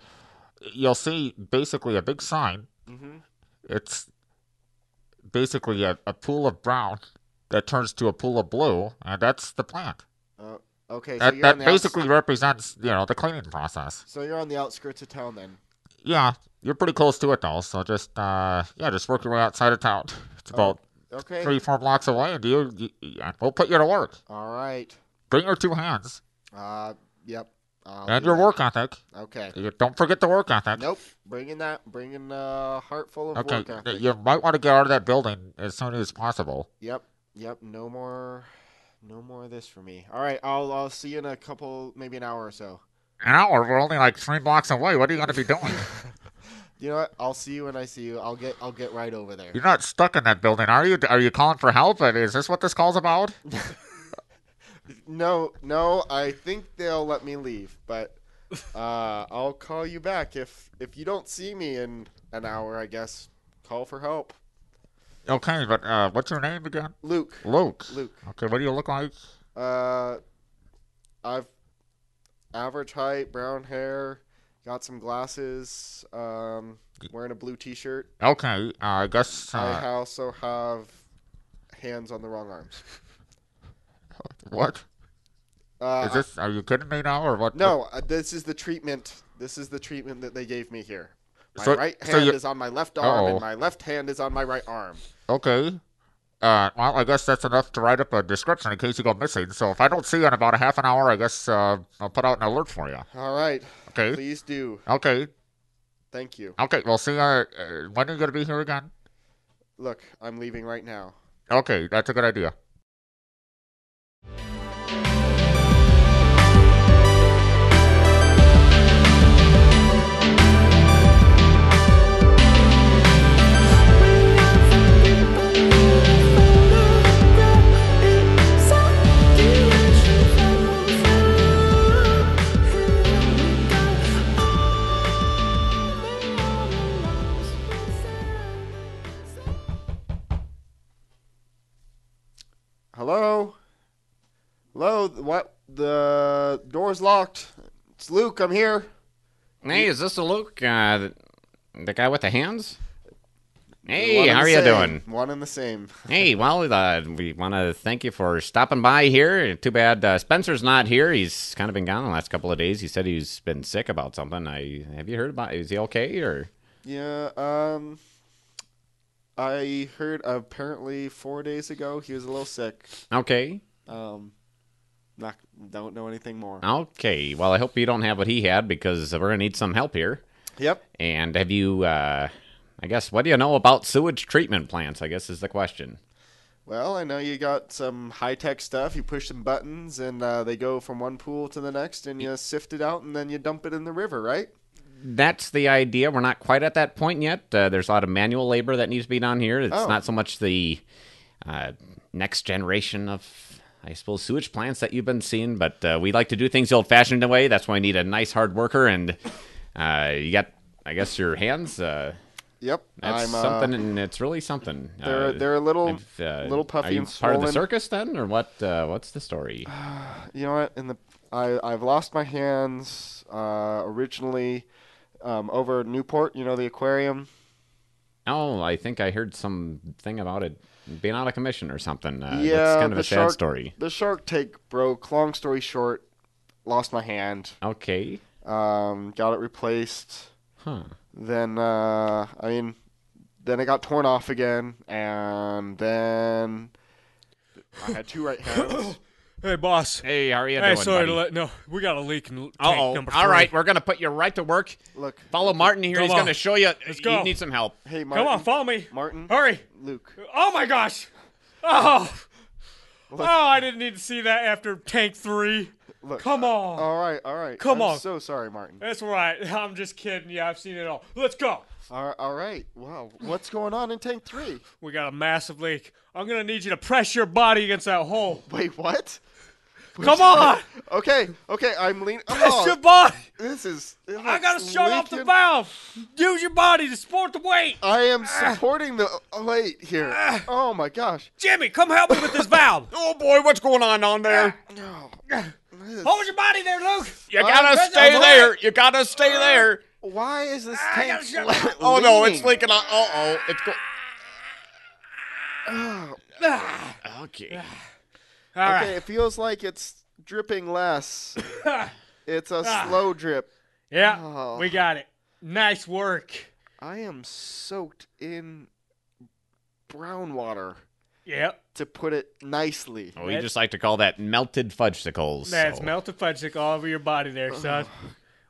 Speaker 7: you'll see basically a big sign.
Speaker 1: Mhm.
Speaker 7: It's basically a, a pool of brown that turns to a pool of blue, and that's the plant.
Speaker 1: Uh, okay. So
Speaker 7: that
Speaker 1: you're on
Speaker 7: that
Speaker 1: the
Speaker 7: basically
Speaker 1: outs-
Speaker 7: represents you know the cleaning process.
Speaker 1: so you're on the outskirts of town then.
Speaker 7: Yeah, you're pretty close to it though, so just uh, yeah, just work your way outside of town. [LAUGHS] It's about
Speaker 1: Oh, okay.
Speaker 7: three, four blocks away, and you, you, yeah, we'll put you to work.
Speaker 1: All right.
Speaker 7: Bring your two hands
Speaker 1: Uh, yep. I'll
Speaker 7: and
Speaker 1: do
Speaker 7: your
Speaker 1: that.
Speaker 7: work ethic.
Speaker 1: Okay.
Speaker 7: You don't forget the work ethic.
Speaker 1: Nope. Bringing that. Bringing a heart full of
Speaker 7: Okay,
Speaker 1: work ethic.
Speaker 7: you might want to get out of that building as soon as possible.
Speaker 1: Yep, yep. No more, no more of this for me. All right, I'll I'll see you in a couple, maybe an hour or so.
Speaker 7: An hour, we're only like three blocks away. What are you going to be
Speaker 1: [LAUGHS]
Speaker 7: doing?
Speaker 1: You know what? I'll see you when I see you. I'll get I'll get right over there.
Speaker 7: You're not stuck in that building, are you? Are you calling for help? And Is this what this call's
Speaker 1: [LAUGHS]
Speaker 7: about?
Speaker 1: No, no. I think they'll let me leave, but uh, [LAUGHS] I'll call you back if if you don't see me in an hour. I guess call for help.
Speaker 7: okay, but uh, what's your name again?
Speaker 1: Luke.
Speaker 7: Luke.
Speaker 1: Luke.
Speaker 7: Okay, what do you look like?
Speaker 1: Uh, I've average height, brown hair, got some glasses, um, wearing a blue T-shirt.
Speaker 7: Okay, uh, I guess. Uh,
Speaker 1: I also have hands on the wrong arms.
Speaker 7: what?
Speaker 1: Uh,
Speaker 7: [LAUGHS] Is this? Are you kidding me now, or what?
Speaker 1: No, uh, this is the treatment. This is the treatment that they gave me here. My
Speaker 7: So-
Speaker 1: right
Speaker 7: so
Speaker 1: hand
Speaker 7: you-
Speaker 1: is on my left arm,
Speaker 7: Oh.
Speaker 1: and my left hand is on my right arm.
Speaker 7: Okay. Uh, well, I guess that's enough to write up a description in case you go missing. So if I don't see you in about a half an hour, I guess uh, I'll put out an alert for you.
Speaker 1: All right.
Speaker 7: Okay.
Speaker 1: Please do.
Speaker 7: Okay.
Speaker 1: Thank you.
Speaker 7: Okay. Well, see. Uh, uh, when are you gonna be here again?
Speaker 1: Look, I'm leaving right now.
Speaker 7: Okay, that's a good idea.
Speaker 1: Hello? Hello? th- What? The door's locked. It's Luke. I'm here.
Speaker 8: Hey, is this the Luke? Uh, the, the guy with the hands? Hey,
Speaker 1: One and
Speaker 8: how
Speaker 1: the
Speaker 8: are you
Speaker 1: same.
Speaker 8: doing?
Speaker 1: One and the same.
Speaker 8: Hey, well, uh, we want to thank you for stopping by here. Too bad uh, Spencer's not here. He's kind of been gone the last couple of days. He said he's been sick about something. I have you heard about? Is he okay or?
Speaker 1: Yeah, um. I heard apparently four days ago he was a little sick.
Speaker 8: Okay,
Speaker 1: Um. Not, don't know anything more.
Speaker 8: okay. Well, I hope you don't have what he had because we're gonna need some help here.
Speaker 1: Yep.
Speaker 8: And have you? Uh, I guess what do you know about sewage treatment plants? I guess is the question.
Speaker 1: Well, I know you got some high tech stuff. You push some buttons, and uh, they go from one pool to the next, and you sift it out, and then you dump it in the river, right?
Speaker 8: that's the idea. We're not quite at that point yet. Uh, there's a lot of manual labor that needs to be done here. It's
Speaker 1: Oh.
Speaker 8: not so much the uh, next generation of, I suppose, sewage plants that you've been seeing, but uh, we like to do things the old fashioned way. That's why I need a nice hard worker. And uh, you got, I guess, your hands. Uh,
Speaker 1: Yep,
Speaker 8: That's
Speaker 1: I'm, uh,
Speaker 8: something, and it's really something.
Speaker 1: They're they're a little
Speaker 8: I've, uh,
Speaker 1: little puffy
Speaker 8: are you
Speaker 1: and
Speaker 8: part of
Speaker 1: swollen.
Speaker 8: the
Speaker 1: Uh,
Speaker 8: circus then, or what? Uh, what's the story?
Speaker 1: You know what? In the I I've lost my hands uh, originally um, over at Newport. You know the aquarium.
Speaker 8: Oh, I think I heard something about it being out of commission or something. Uh,
Speaker 1: yeah,
Speaker 8: that's kind of
Speaker 1: the
Speaker 8: a sad
Speaker 1: shark,
Speaker 8: story.
Speaker 1: The Shark Tank broke. Long story short, lost my hand.
Speaker 8: Okay.
Speaker 1: Um, got it replaced.
Speaker 8: Huh.
Speaker 1: Then uh, I mean, then it got torn off again, and then I had two right hands.
Speaker 6: [COUGHS] Hey, boss.
Speaker 8: Hey, how are you
Speaker 6: hey,
Speaker 8: doing,
Speaker 6: sorry
Speaker 8: buddy?
Speaker 6: to let no. We got a leak in tank
Speaker 8: Uh-oh.
Speaker 6: number
Speaker 8: All
Speaker 6: three.
Speaker 8: right, we're gonna put you right to work.
Speaker 1: Look,
Speaker 8: follow Martin here.
Speaker 6: Come
Speaker 8: He's
Speaker 6: on.
Speaker 8: gonna show you.
Speaker 6: Let's
Speaker 8: you
Speaker 6: go.
Speaker 8: need some help.
Speaker 1: Hey,
Speaker 6: Come on, follow me,
Speaker 1: Martin.
Speaker 6: Hurry,
Speaker 1: Luke.
Speaker 6: Oh my gosh. Oh. Oh, I didn't need to see that after tank three.
Speaker 1: Look, uh,
Speaker 6: Come on.
Speaker 1: All right, all right.
Speaker 6: Come
Speaker 1: I'm
Speaker 6: on.
Speaker 1: So sorry, Martin.
Speaker 6: That's right. [LAUGHS] I'm just kidding. Yeah, I've seen it all. Let's go.
Speaker 1: All all right. Wow. What's going on in tank three?
Speaker 6: [SIGHS] We got a massive leak. I'm gonna need you to press your body against that hole.
Speaker 1: [LAUGHS] Wait, what?
Speaker 6: [LAUGHS] Come on.
Speaker 1: [LAUGHS] Okay, okay. I'm leaning.
Speaker 6: Press
Speaker 1: Oh,
Speaker 6: your body.
Speaker 1: This is.
Speaker 6: I gotta shut off the
Speaker 1: leaking.
Speaker 6: valve. Use your body to support the weight.
Speaker 1: I am
Speaker 6: Ah.
Speaker 1: supporting the weight here. Oh my gosh.
Speaker 6: Jimmy, come help me with this
Speaker 11: [LAUGHS]
Speaker 6: valve.
Speaker 8: oh boy, what's going on down there?
Speaker 6: Hold your body there, Luke.
Speaker 8: You gotta
Speaker 6: I'm-
Speaker 8: stay
Speaker 6: I'm-
Speaker 8: there. You gotta stay there.
Speaker 1: Why is
Speaker 6: Ah,
Speaker 1: this tank? [LAUGHS] le-
Speaker 8: Oh no, it's
Speaker 1: leaning?
Speaker 8: leaking. Uh oh, it's go-
Speaker 1: Oh.
Speaker 8: okay.
Speaker 6: All right.
Speaker 1: okay, it feels like it's dripping
Speaker 6: [LAUGHS]
Speaker 1: less. it's a slow drip.
Speaker 6: Ah. Yeah,
Speaker 1: Oh.
Speaker 6: [SIGHS] we got it.
Speaker 1: [SIGHS]
Speaker 6: Nice work.
Speaker 1: I am soaked in brown water.
Speaker 6: Yep.
Speaker 1: To put it nicely.
Speaker 8: Oh, we just like to call that melted fudgesicles.
Speaker 6: That's
Speaker 8: so.
Speaker 6: melted fudgesicle all over your body
Speaker 1: [SIGHS]
Speaker 6: there, son.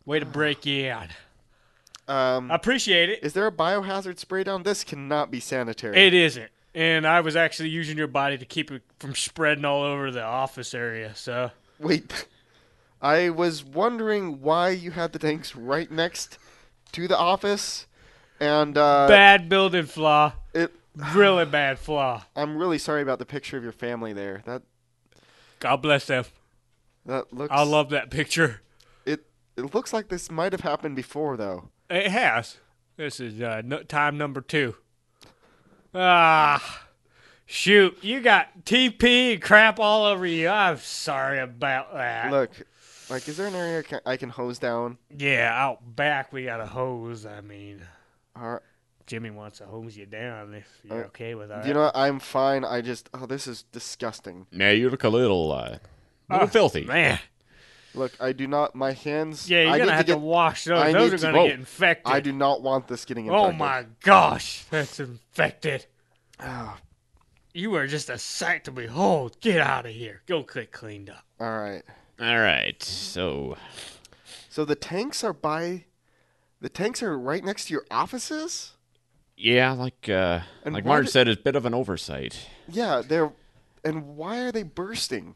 Speaker 6: Way to break you out.
Speaker 1: Um,
Speaker 6: I appreciate it.
Speaker 1: Is there a biohazard spray down? This cannot be sanitary.
Speaker 6: It isn't. And I was actually using your body to keep it from spreading all over the office area, so.
Speaker 1: Wait. I was wondering why you had the tanks right next to the office, and uh,
Speaker 6: bad building flaw.
Speaker 1: It
Speaker 6: really bad flaw.
Speaker 1: I'm really sorry about the picture of your family there. That
Speaker 6: God bless them.
Speaker 1: that looks.
Speaker 6: I love that picture.
Speaker 1: It it looks like this might have happened before, though.
Speaker 6: It has. This is uh, no, time number two. Ah, shoot. You got TP and crap all over you. I'm sorry about that.
Speaker 1: Look, like, is there an area I can, I can hose down?
Speaker 6: Yeah, out back we got a hose. I mean,
Speaker 1: All right.
Speaker 6: Jimmy wants to hose you down if you're
Speaker 1: Uh,
Speaker 6: okay with that.
Speaker 1: You know, what? I'm fine. I just, oh, this is disgusting.
Speaker 6: Ah.
Speaker 8: Yeah, you look a little, uh, little filthy.
Speaker 6: Man,
Speaker 1: Look, I do not. My hands.
Speaker 6: Yeah, you're
Speaker 1: I
Speaker 6: gonna
Speaker 1: need
Speaker 6: have to
Speaker 1: get-
Speaker 6: wash those.
Speaker 1: I
Speaker 6: Those
Speaker 1: need
Speaker 6: are
Speaker 1: to-
Speaker 6: gonna get
Speaker 1: Whoa.
Speaker 6: infected.
Speaker 1: I do not want this getting
Speaker 6: Oh
Speaker 1: infected.
Speaker 6: my gosh,
Speaker 1: [SIGHS]
Speaker 6: that's infected. You are just a sight to behold. Get out of here. Go get cleaned up.
Speaker 1: All right.
Speaker 8: All right. So.
Speaker 1: So the tanks are by. The tanks are right next to your offices.
Speaker 8: Yeah, like uh,
Speaker 1: And
Speaker 8: like
Speaker 1: why
Speaker 8: Marge
Speaker 1: did-
Speaker 8: said, it's a bit of an oversight.
Speaker 1: Yeah, they're. And why are they bursting?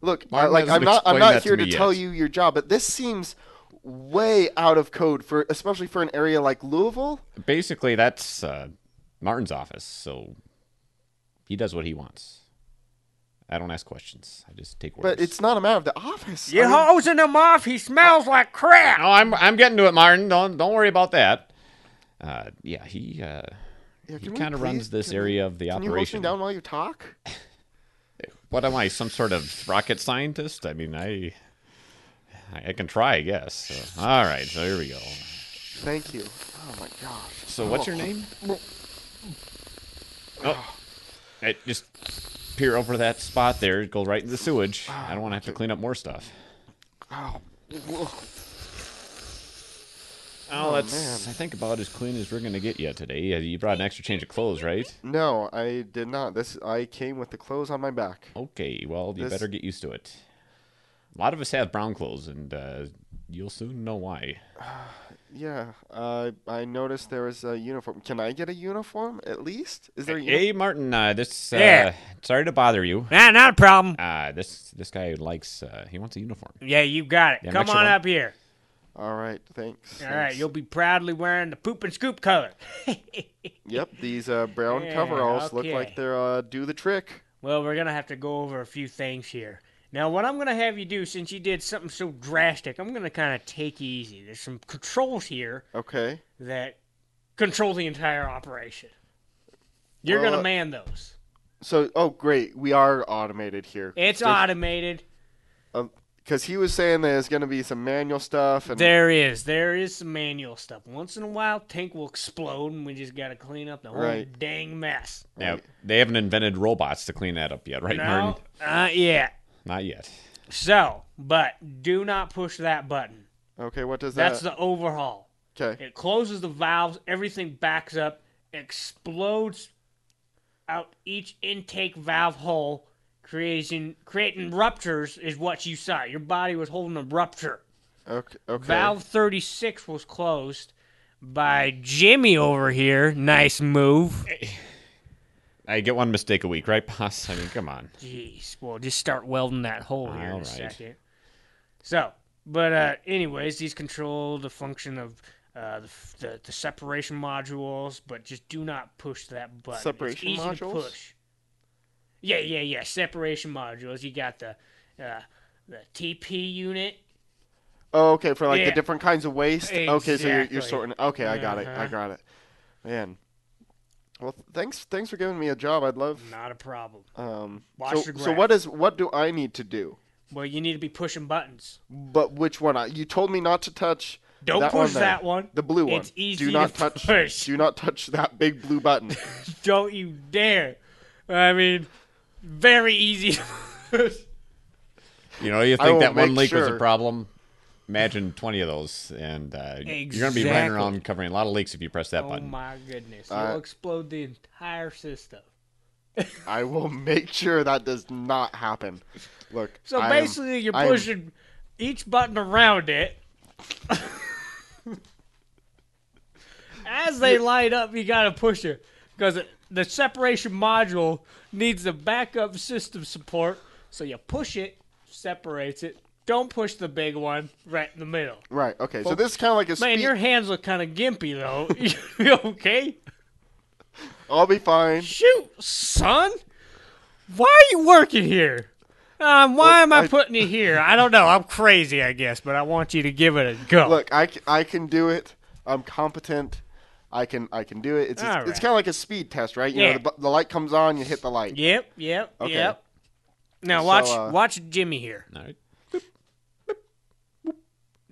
Speaker 1: Look,
Speaker 8: Why
Speaker 1: I,
Speaker 8: doesn't
Speaker 1: like I'm not. I'm
Speaker 8: explain
Speaker 1: not
Speaker 8: that to
Speaker 1: here
Speaker 8: me
Speaker 1: to, tell
Speaker 8: yet?
Speaker 1: you your job, but this seems way out of code for, especially for an area like Louisville.
Speaker 8: Basically, that's uh, Martin's office, so he does what he wants. I don't ask questions. I just take orders.
Speaker 1: But it's not a matter of the office.
Speaker 8: You're
Speaker 6: hosing him off. He smells like crap.
Speaker 8: No, I'm I'm getting to it, Martin. Don't don't worry about that. Uh, yeah, he uh,
Speaker 1: Yeah,
Speaker 8: he
Speaker 1: can we
Speaker 8: kind of
Speaker 1: please-
Speaker 8: runs this area of
Speaker 1: Can
Speaker 8: the
Speaker 1: you hold me
Speaker 8: operation.
Speaker 1: down while you talk?
Speaker 8: What am I, some sort of rocket scientist? I mean, I I I can try, I guess. So, all right, so here we go.
Speaker 1: Thank you. Oh my gosh.
Speaker 8: So what's your
Speaker 1: Oh.
Speaker 8: name? Oh, I just peer over that spot there. Go right in the sewage. I don't want to have to clean up more stuff.
Speaker 1: Oh.
Speaker 8: Oh,
Speaker 1: Oh,
Speaker 8: that's
Speaker 1: man.
Speaker 8: I think about as clean as we're gonna get yet today. Uh, You brought an extra change of clothes, right?
Speaker 1: No, I did not. This I came with the clothes on my back.
Speaker 8: Okay, well you
Speaker 1: This-
Speaker 8: better get used to it. A lot of us have brown clothes, and uh, you'll soon know why.
Speaker 1: Yeah. Uh, I noticed there was a uniform. Can I get a uniform at least? Is there a
Speaker 8: Hey, Martin. Uh, this. Uh,
Speaker 1: Yeah.
Speaker 8: Sorry to bother you.
Speaker 6: Nah, not a problem.
Speaker 8: Uh, this this guy likes. Uh, he wants a uniform.
Speaker 6: Yeah, you got it.
Speaker 8: Yeah,
Speaker 6: Come
Speaker 8: next
Speaker 6: on
Speaker 8: one.
Speaker 6: up here.
Speaker 1: All right. Thanks.
Speaker 6: All right, you'll be proudly wearing the poop and scoop color.
Speaker 1: Yep. These uh, brown
Speaker 6: Yeah,
Speaker 1: coveralls look
Speaker 6: okay.
Speaker 1: like they're uh, do the trick.
Speaker 6: Well, we're going to have to go over a few things here. Now, what I'm going to have you do, since you did something so drastic, I'm going to kind of take easy. There's some controls here
Speaker 1: Okay.
Speaker 6: that control the entire operation. You're
Speaker 1: Well,
Speaker 6: going
Speaker 1: uh,
Speaker 6: to man those.
Speaker 1: So oh great, we are automated here.
Speaker 6: It's automated.
Speaker 1: Because he was saying there's going to be some manual stuff and
Speaker 6: There is. There is some manual stuff. Once in a while, tank will explode, and we just got to clean up the whole
Speaker 8: Right.
Speaker 6: dang mess.
Speaker 8: Now they haven't invented robots to clean that up yet, right,
Speaker 6: No,
Speaker 8: Martin?
Speaker 6: Not yet.
Speaker 8: Not yet.
Speaker 6: So, but do not push that button.
Speaker 1: Okay, what does
Speaker 6: That's
Speaker 1: that?
Speaker 6: the overhaul.
Speaker 1: uh, Okay.
Speaker 6: It closes the valves, everything backs up, explodes out each intake valve hole, creating creating ruptures is what you saw. Your body was holding a rupture.
Speaker 1: Okay. Okay.
Speaker 6: Valve 36 was closed by Jimmy over here. Nice move.
Speaker 8: I get one mistake a week, right, boss? I mean, come on.
Speaker 6: Jeez, well, just start welding that hole here in
Speaker 8: All
Speaker 6: a
Speaker 8: right.
Speaker 6: second. So, but uh, anyways, these control the function of uh, the, f- the the separation modules, but just do not push that button. It's
Speaker 1: Separation
Speaker 6: easy to
Speaker 1: modules?
Speaker 6: push. Yeah, yeah, yeah. Separation modules. You got the uh, the TP unit.
Speaker 1: Oh, okay, for like
Speaker 6: Yeah.
Speaker 1: the different kinds of waste. Okay, so you're,
Speaker 6: Exactly.
Speaker 1: you're sorting. Okay, I got it. I
Speaker 6: Uh-huh.
Speaker 1: got it. Man, well, th- thanks thanks for giving me a job. I'd love.
Speaker 6: Not a problem.
Speaker 1: Um,
Speaker 6: Watch
Speaker 1: so,
Speaker 6: your
Speaker 1: so what is what do I need to do?
Speaker 6: Well, you need to be pushing buttons.
Speaker 1: But which one? I, you told me not to touch.
Speaker 6: Don't
Speaker 1: that
Speaker 6: push
Speaker 1: one there.
Speaker 6: that one.
Speaker 1: The blue one.
Speaker 6: It's easy
Speaker 1: do
Speaker 6: to
Speaker 1: not touch.
Speaker 6: push.
Speaker 1: Do not touch that big blue
Speaker 6: [LAUGHS]
Speaker 1: button.
Speaker 6: Don't you dare! I mean, very easy. to push.
Speaker 8: You know, you
Speaker 6: I
Speaker 8: think
Speaker 6: will
Speaker 8: that one
Speaker 6: make
Speaker 8: leak was a
Speaker 6: sure.
Speaker 8: problem. Imagine twenty of those, and uh, you're gonna be running
Speaker 6: Exactly.
Speaker 8: around covering a lot of leaks if you press that
Speaker 6: oh
Speaker 8: button.
Speaker 6: my goodness!
Speaker 1: Uh,
Speaker 6: You'll explode the entire system.
Speaker 1: I will make sure that does not happen. Look.
Speaker 6: So
Speaker 1: I am-
Speaker 6: basically, you're
Speaker 1: I am-
Speaker 6: pushing each button around it. As they light up, you gotta push it because the separation module needs the backup system support. So you push it, separates it. Don't push the big one right in the middle.
Speaker 1: Right. Okay. so
Speaker 6: Well,
Speaker 1: this is kind of like a.
Speaker 6: Man,
Speaker 1: speed-
Speaker 6: your hands look kind of gimpy though. [LAUGHS] you okay?
Speaker 1: I'll be fine.
Speaker 6: Shoot, son. Why are you working here? Um, why am I, putting you here? I don't know. I'm crazy, I guess, but I want you to give it a go.
Speaker 1: Look, I, c- I can do it. I'm competent. I can I can do it. It's it's,
Speaker 6: All
Speaker 1: it's kind of like a speed test, right? You
Speaker 6: Yeah.
Speaker 1: know, the, bu- the light comes on, you hit the light.
Speaker 6: Yep, yep,
Speaker 1: Okay.
Speaker 6: yep. Now
Speaker 1: So,
Speaker 6: watch,
Speaker 1: uh,
Speaker 6: watch Jimmy here.
Speaker 8: All right.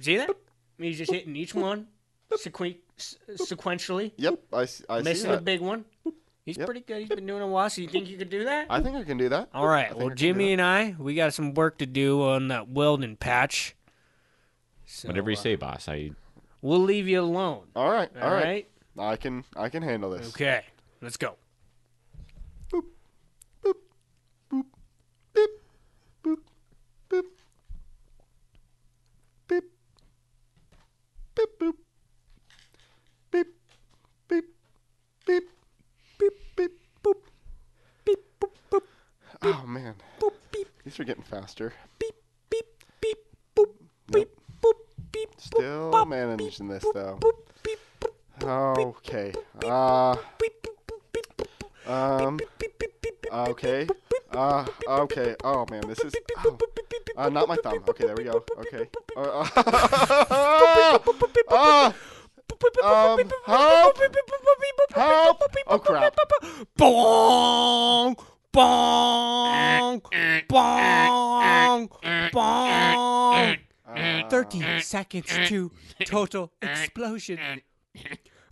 Speaker 6: See that? He's just hitting each one sequen- s- sequentially.
Speaker 1: Yep, I, s- I see
Speaker 6: missing a
Speaker 1: that.
Speaker 6: big one.
Speaker 4: He's pretty good. He's been doing a while. So you think you could do that?
Speaker 1: I think I can do that.
Speaker 4: All
Speaker 1: I
Speaker 4: right.
Speaker 1: think
Speaker 4: Well,
Speaker 1: I can
Speaker 4: Jimmy
Speaker 1: do
Speaker 4: and I, we got some work to do on that welding patch. So, uh,
Speaker 6: Whatever you say, boss. I
Speaker 4: We'll leave you
Speaker 6: [LAUGHS]
Speaker 4: alone.
Speaker 1: All right.
Speaker 4: All
Speaker 1: all right. I can I can handle this.
Speaker 4: Okay. Let's go.
Speaker 1: Oh man. These are getting faster. Beep beep beep boop beep boop beep. Still managing this though. Okay. Uh. Um. Okay. Uh. Okay. Oh man, this is. Oh. Uh, not my thumb. Okay, there we go. Okay. Uh, uh, uh, um. Help! Help! Oh crap.
Speaker 4: Bong! Bong! Bong!
Speaker 1: Uh, Oh.
Speaker 4: Bong!
Speaker 10: 30 seconds to
Speaker 6: [LAUGHS]
Speaker 10: total explosion.
Speaker 4: [LAUGHS]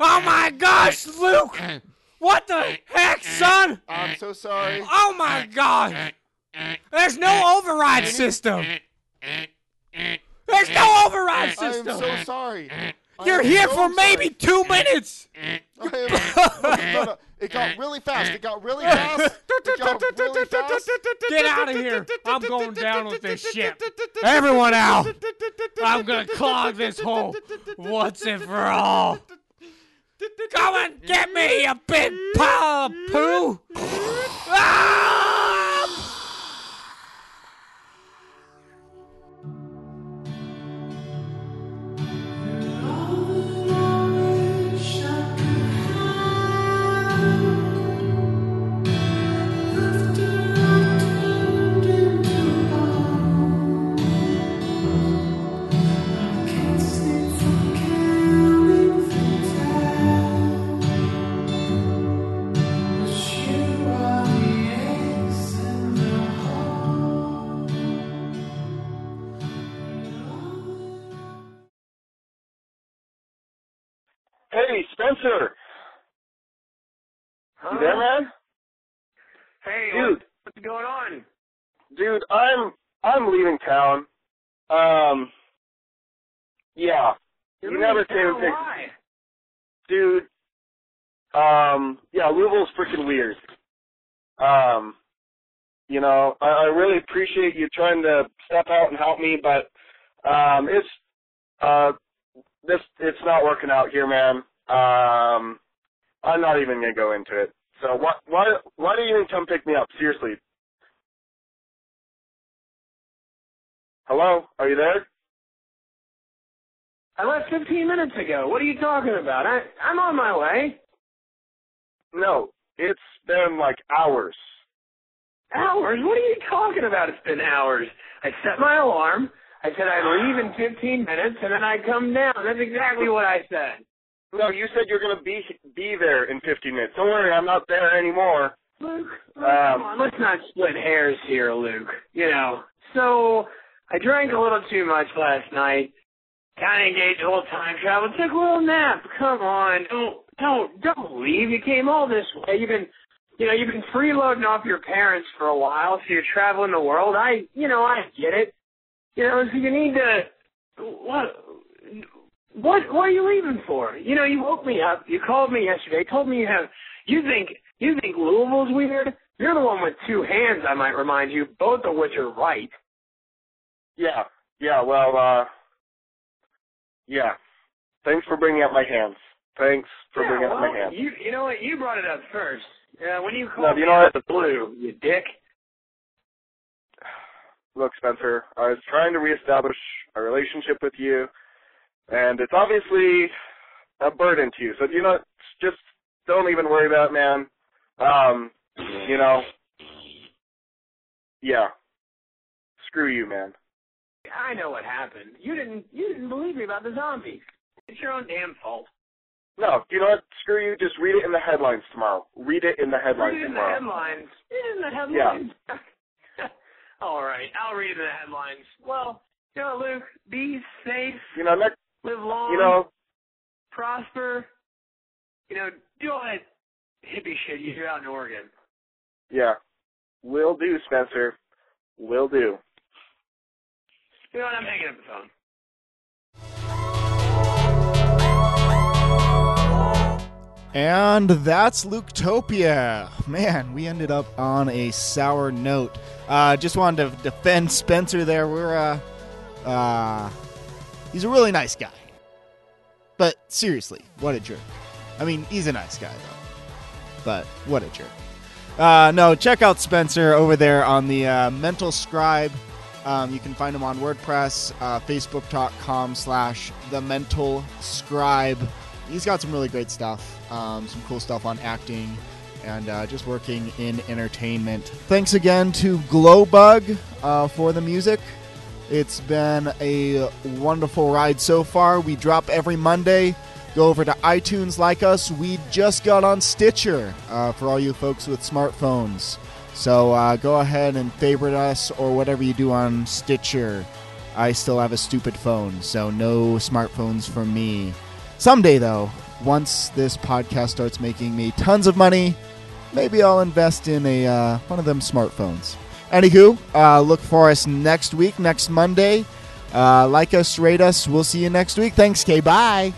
Speaker 4: Oh my gosh, Luke! What the heck, son?
Speaker 1: I'm so sorry.
Speaker 4: Oh my god! There's no override system! There's no override system!
Speaker 1: I'm so sorry. I
Speaker 4: You're
Speaker 1: am
Speaker 4: here
Speaker 1: so
Speaker 4: for maybe
Speaker 1: sorry.
Speaker 4: two minutes!
Speaker 1: [LAUGHS] No, no, It got really fast. It got really fast. It got really fast.
Speaker 4: Get out of here! I'm going down with this ship! Everyone out! I'm gonna clog this hole once and for all! Come and get me, a big pile of poo!
Speaker 3: Hey, Spencer. You there, man?
Speaker 2: Hey,
Speaker 3: Dude.
Speaker 2: what's going on?
Speaker 3: Dude, I'm I'm leaving town. Um, yeah.
Speaker 2: You're
Speaker 3: you
Speaker 2: leaving
Speaker 3: never came
Speaker 2: town?
Speaker 3: and picked-
Speaker 2: Why?
Speaker 3: dude. Um, yeah, Louisville's freaking weird. Um, you know, I, I really appreciate you trying to step out and help me, but um, it's uh, this it's not working out here, man. Um, I'm not even gonna go into it. So why why why do you even come pick me up? Seriously. Hello, are you there?
Speaker 2: I left 15 minutes ago. What are you talking about? I, I'm on my way.
Speaker 3: No, it's been like hours.
Speaker 2: Hours? What are you talking about? It's been hours. I set my alarm. I said I'd leave in 15 minutes, and then I come down. That's exactly what I said.
Speaker 3: No, you said you're gonna be be there in 15 minutes. Don't worry, I'm not there anymore.
Speaker 2: Luke, Luke, come on,
Speaker 3: Um,
Speaker 2: let's not split hairs here, Luke. You know, so I drank a little too much last night. Kind of engaged a little time travel. Took a little nap. Come on, don't don't don't leave. You came all this way. You've been, you know, you've been freeloading off your parents for a while, so you're traveling the world. I, you know, I get it. You know, so you need to what what what are you leaving for? You know, you woke me up. You called me yesterday. Told me you have. You think you think Louisville's weird? You're the one with two hands. I might remind you, both of which are right.
Speaker 3: Yeah, yeah. Well, uh, yeah. Thanks for bringing up my hands. Thanks for
Speaker 2: yeah,
Speaker 3: bringing
Speaker 2: well,
Speaker 3: up my hands.
Speaker 2: you you know what? You brought it up first. Uh, when you
Speaker 3: no,
Speaker 2: called
Speaker 3: but you
Speaker 2: me
Speaker 3: know
Speaker 2: out
Speaker 3: what?
Speaker 2: of the blue, you dick.
Speaker 3: Look, Spencer, I was trying to reestablish a relationship with you, and it's obviously a burden to you. So you know, just don't even worry about it, man. Um, you know, yeah. Screw you, man.
Speaker 2: I know what happened. You didn't you didn't believe me about the zombie. It's your own damn fault.
Speaker 3: No, you know what? Screw you. Just read it in the headlines tomorrow. Read it in the headlines
Speaker 2: Read it in the
Speaker 3: tomorrow.
Speaker 2: headlines. Read it in the headlines. [LAUGHS] All right, I'll read it in the headlines. Well, you know, Luke, be safe.
Speaker 3: You know, next,
Speaker 2: Live long.
Speaker 3: you know,
Speaker 2: prosper. You know, do all that
Speaker 12: hippie shit you do out in Oregon.
Speaker 3: Yeah. Will do, Spencer. Will do.
Speaker 12: You know what? I'm hanging up the phone.
Speaker 1: And that's Luctopia. Man, we ended up on a sour note. Uh, just wanted to defend Spencer there. We're uh, uh, he's a really nice guy, but seriously, what a jerk. I mean, he's a nice guy though, but what a jerk. Uh, no, check out Spencer over there on the uh, Mental Scribe. Um, you can find him on WordPress, uh, Facebook.com slash The Mental Scribe. He's got some really great stuff, um, some cool stuff on acting and uh, just working in entertainment. Thanks again to Glowbug uh, for the music. It's been a wonderful ride so far. We drop every Monday. Go over to iTunes, like us. We just got on Stitcher uh, for all you folks with smartphones. So uh, go ahead and favorite us or whatever you do on Stitcher. I still have a stupid phone, so no smartphones for me. Someday, though, once this podcast starts making me tons of money, maybe I'll invest in a uh, one of them smartphones. Anywho, uh, look for us next week, next Monday. Uh, like us, rate us. We'll see you next week. Thanks, K. Bye.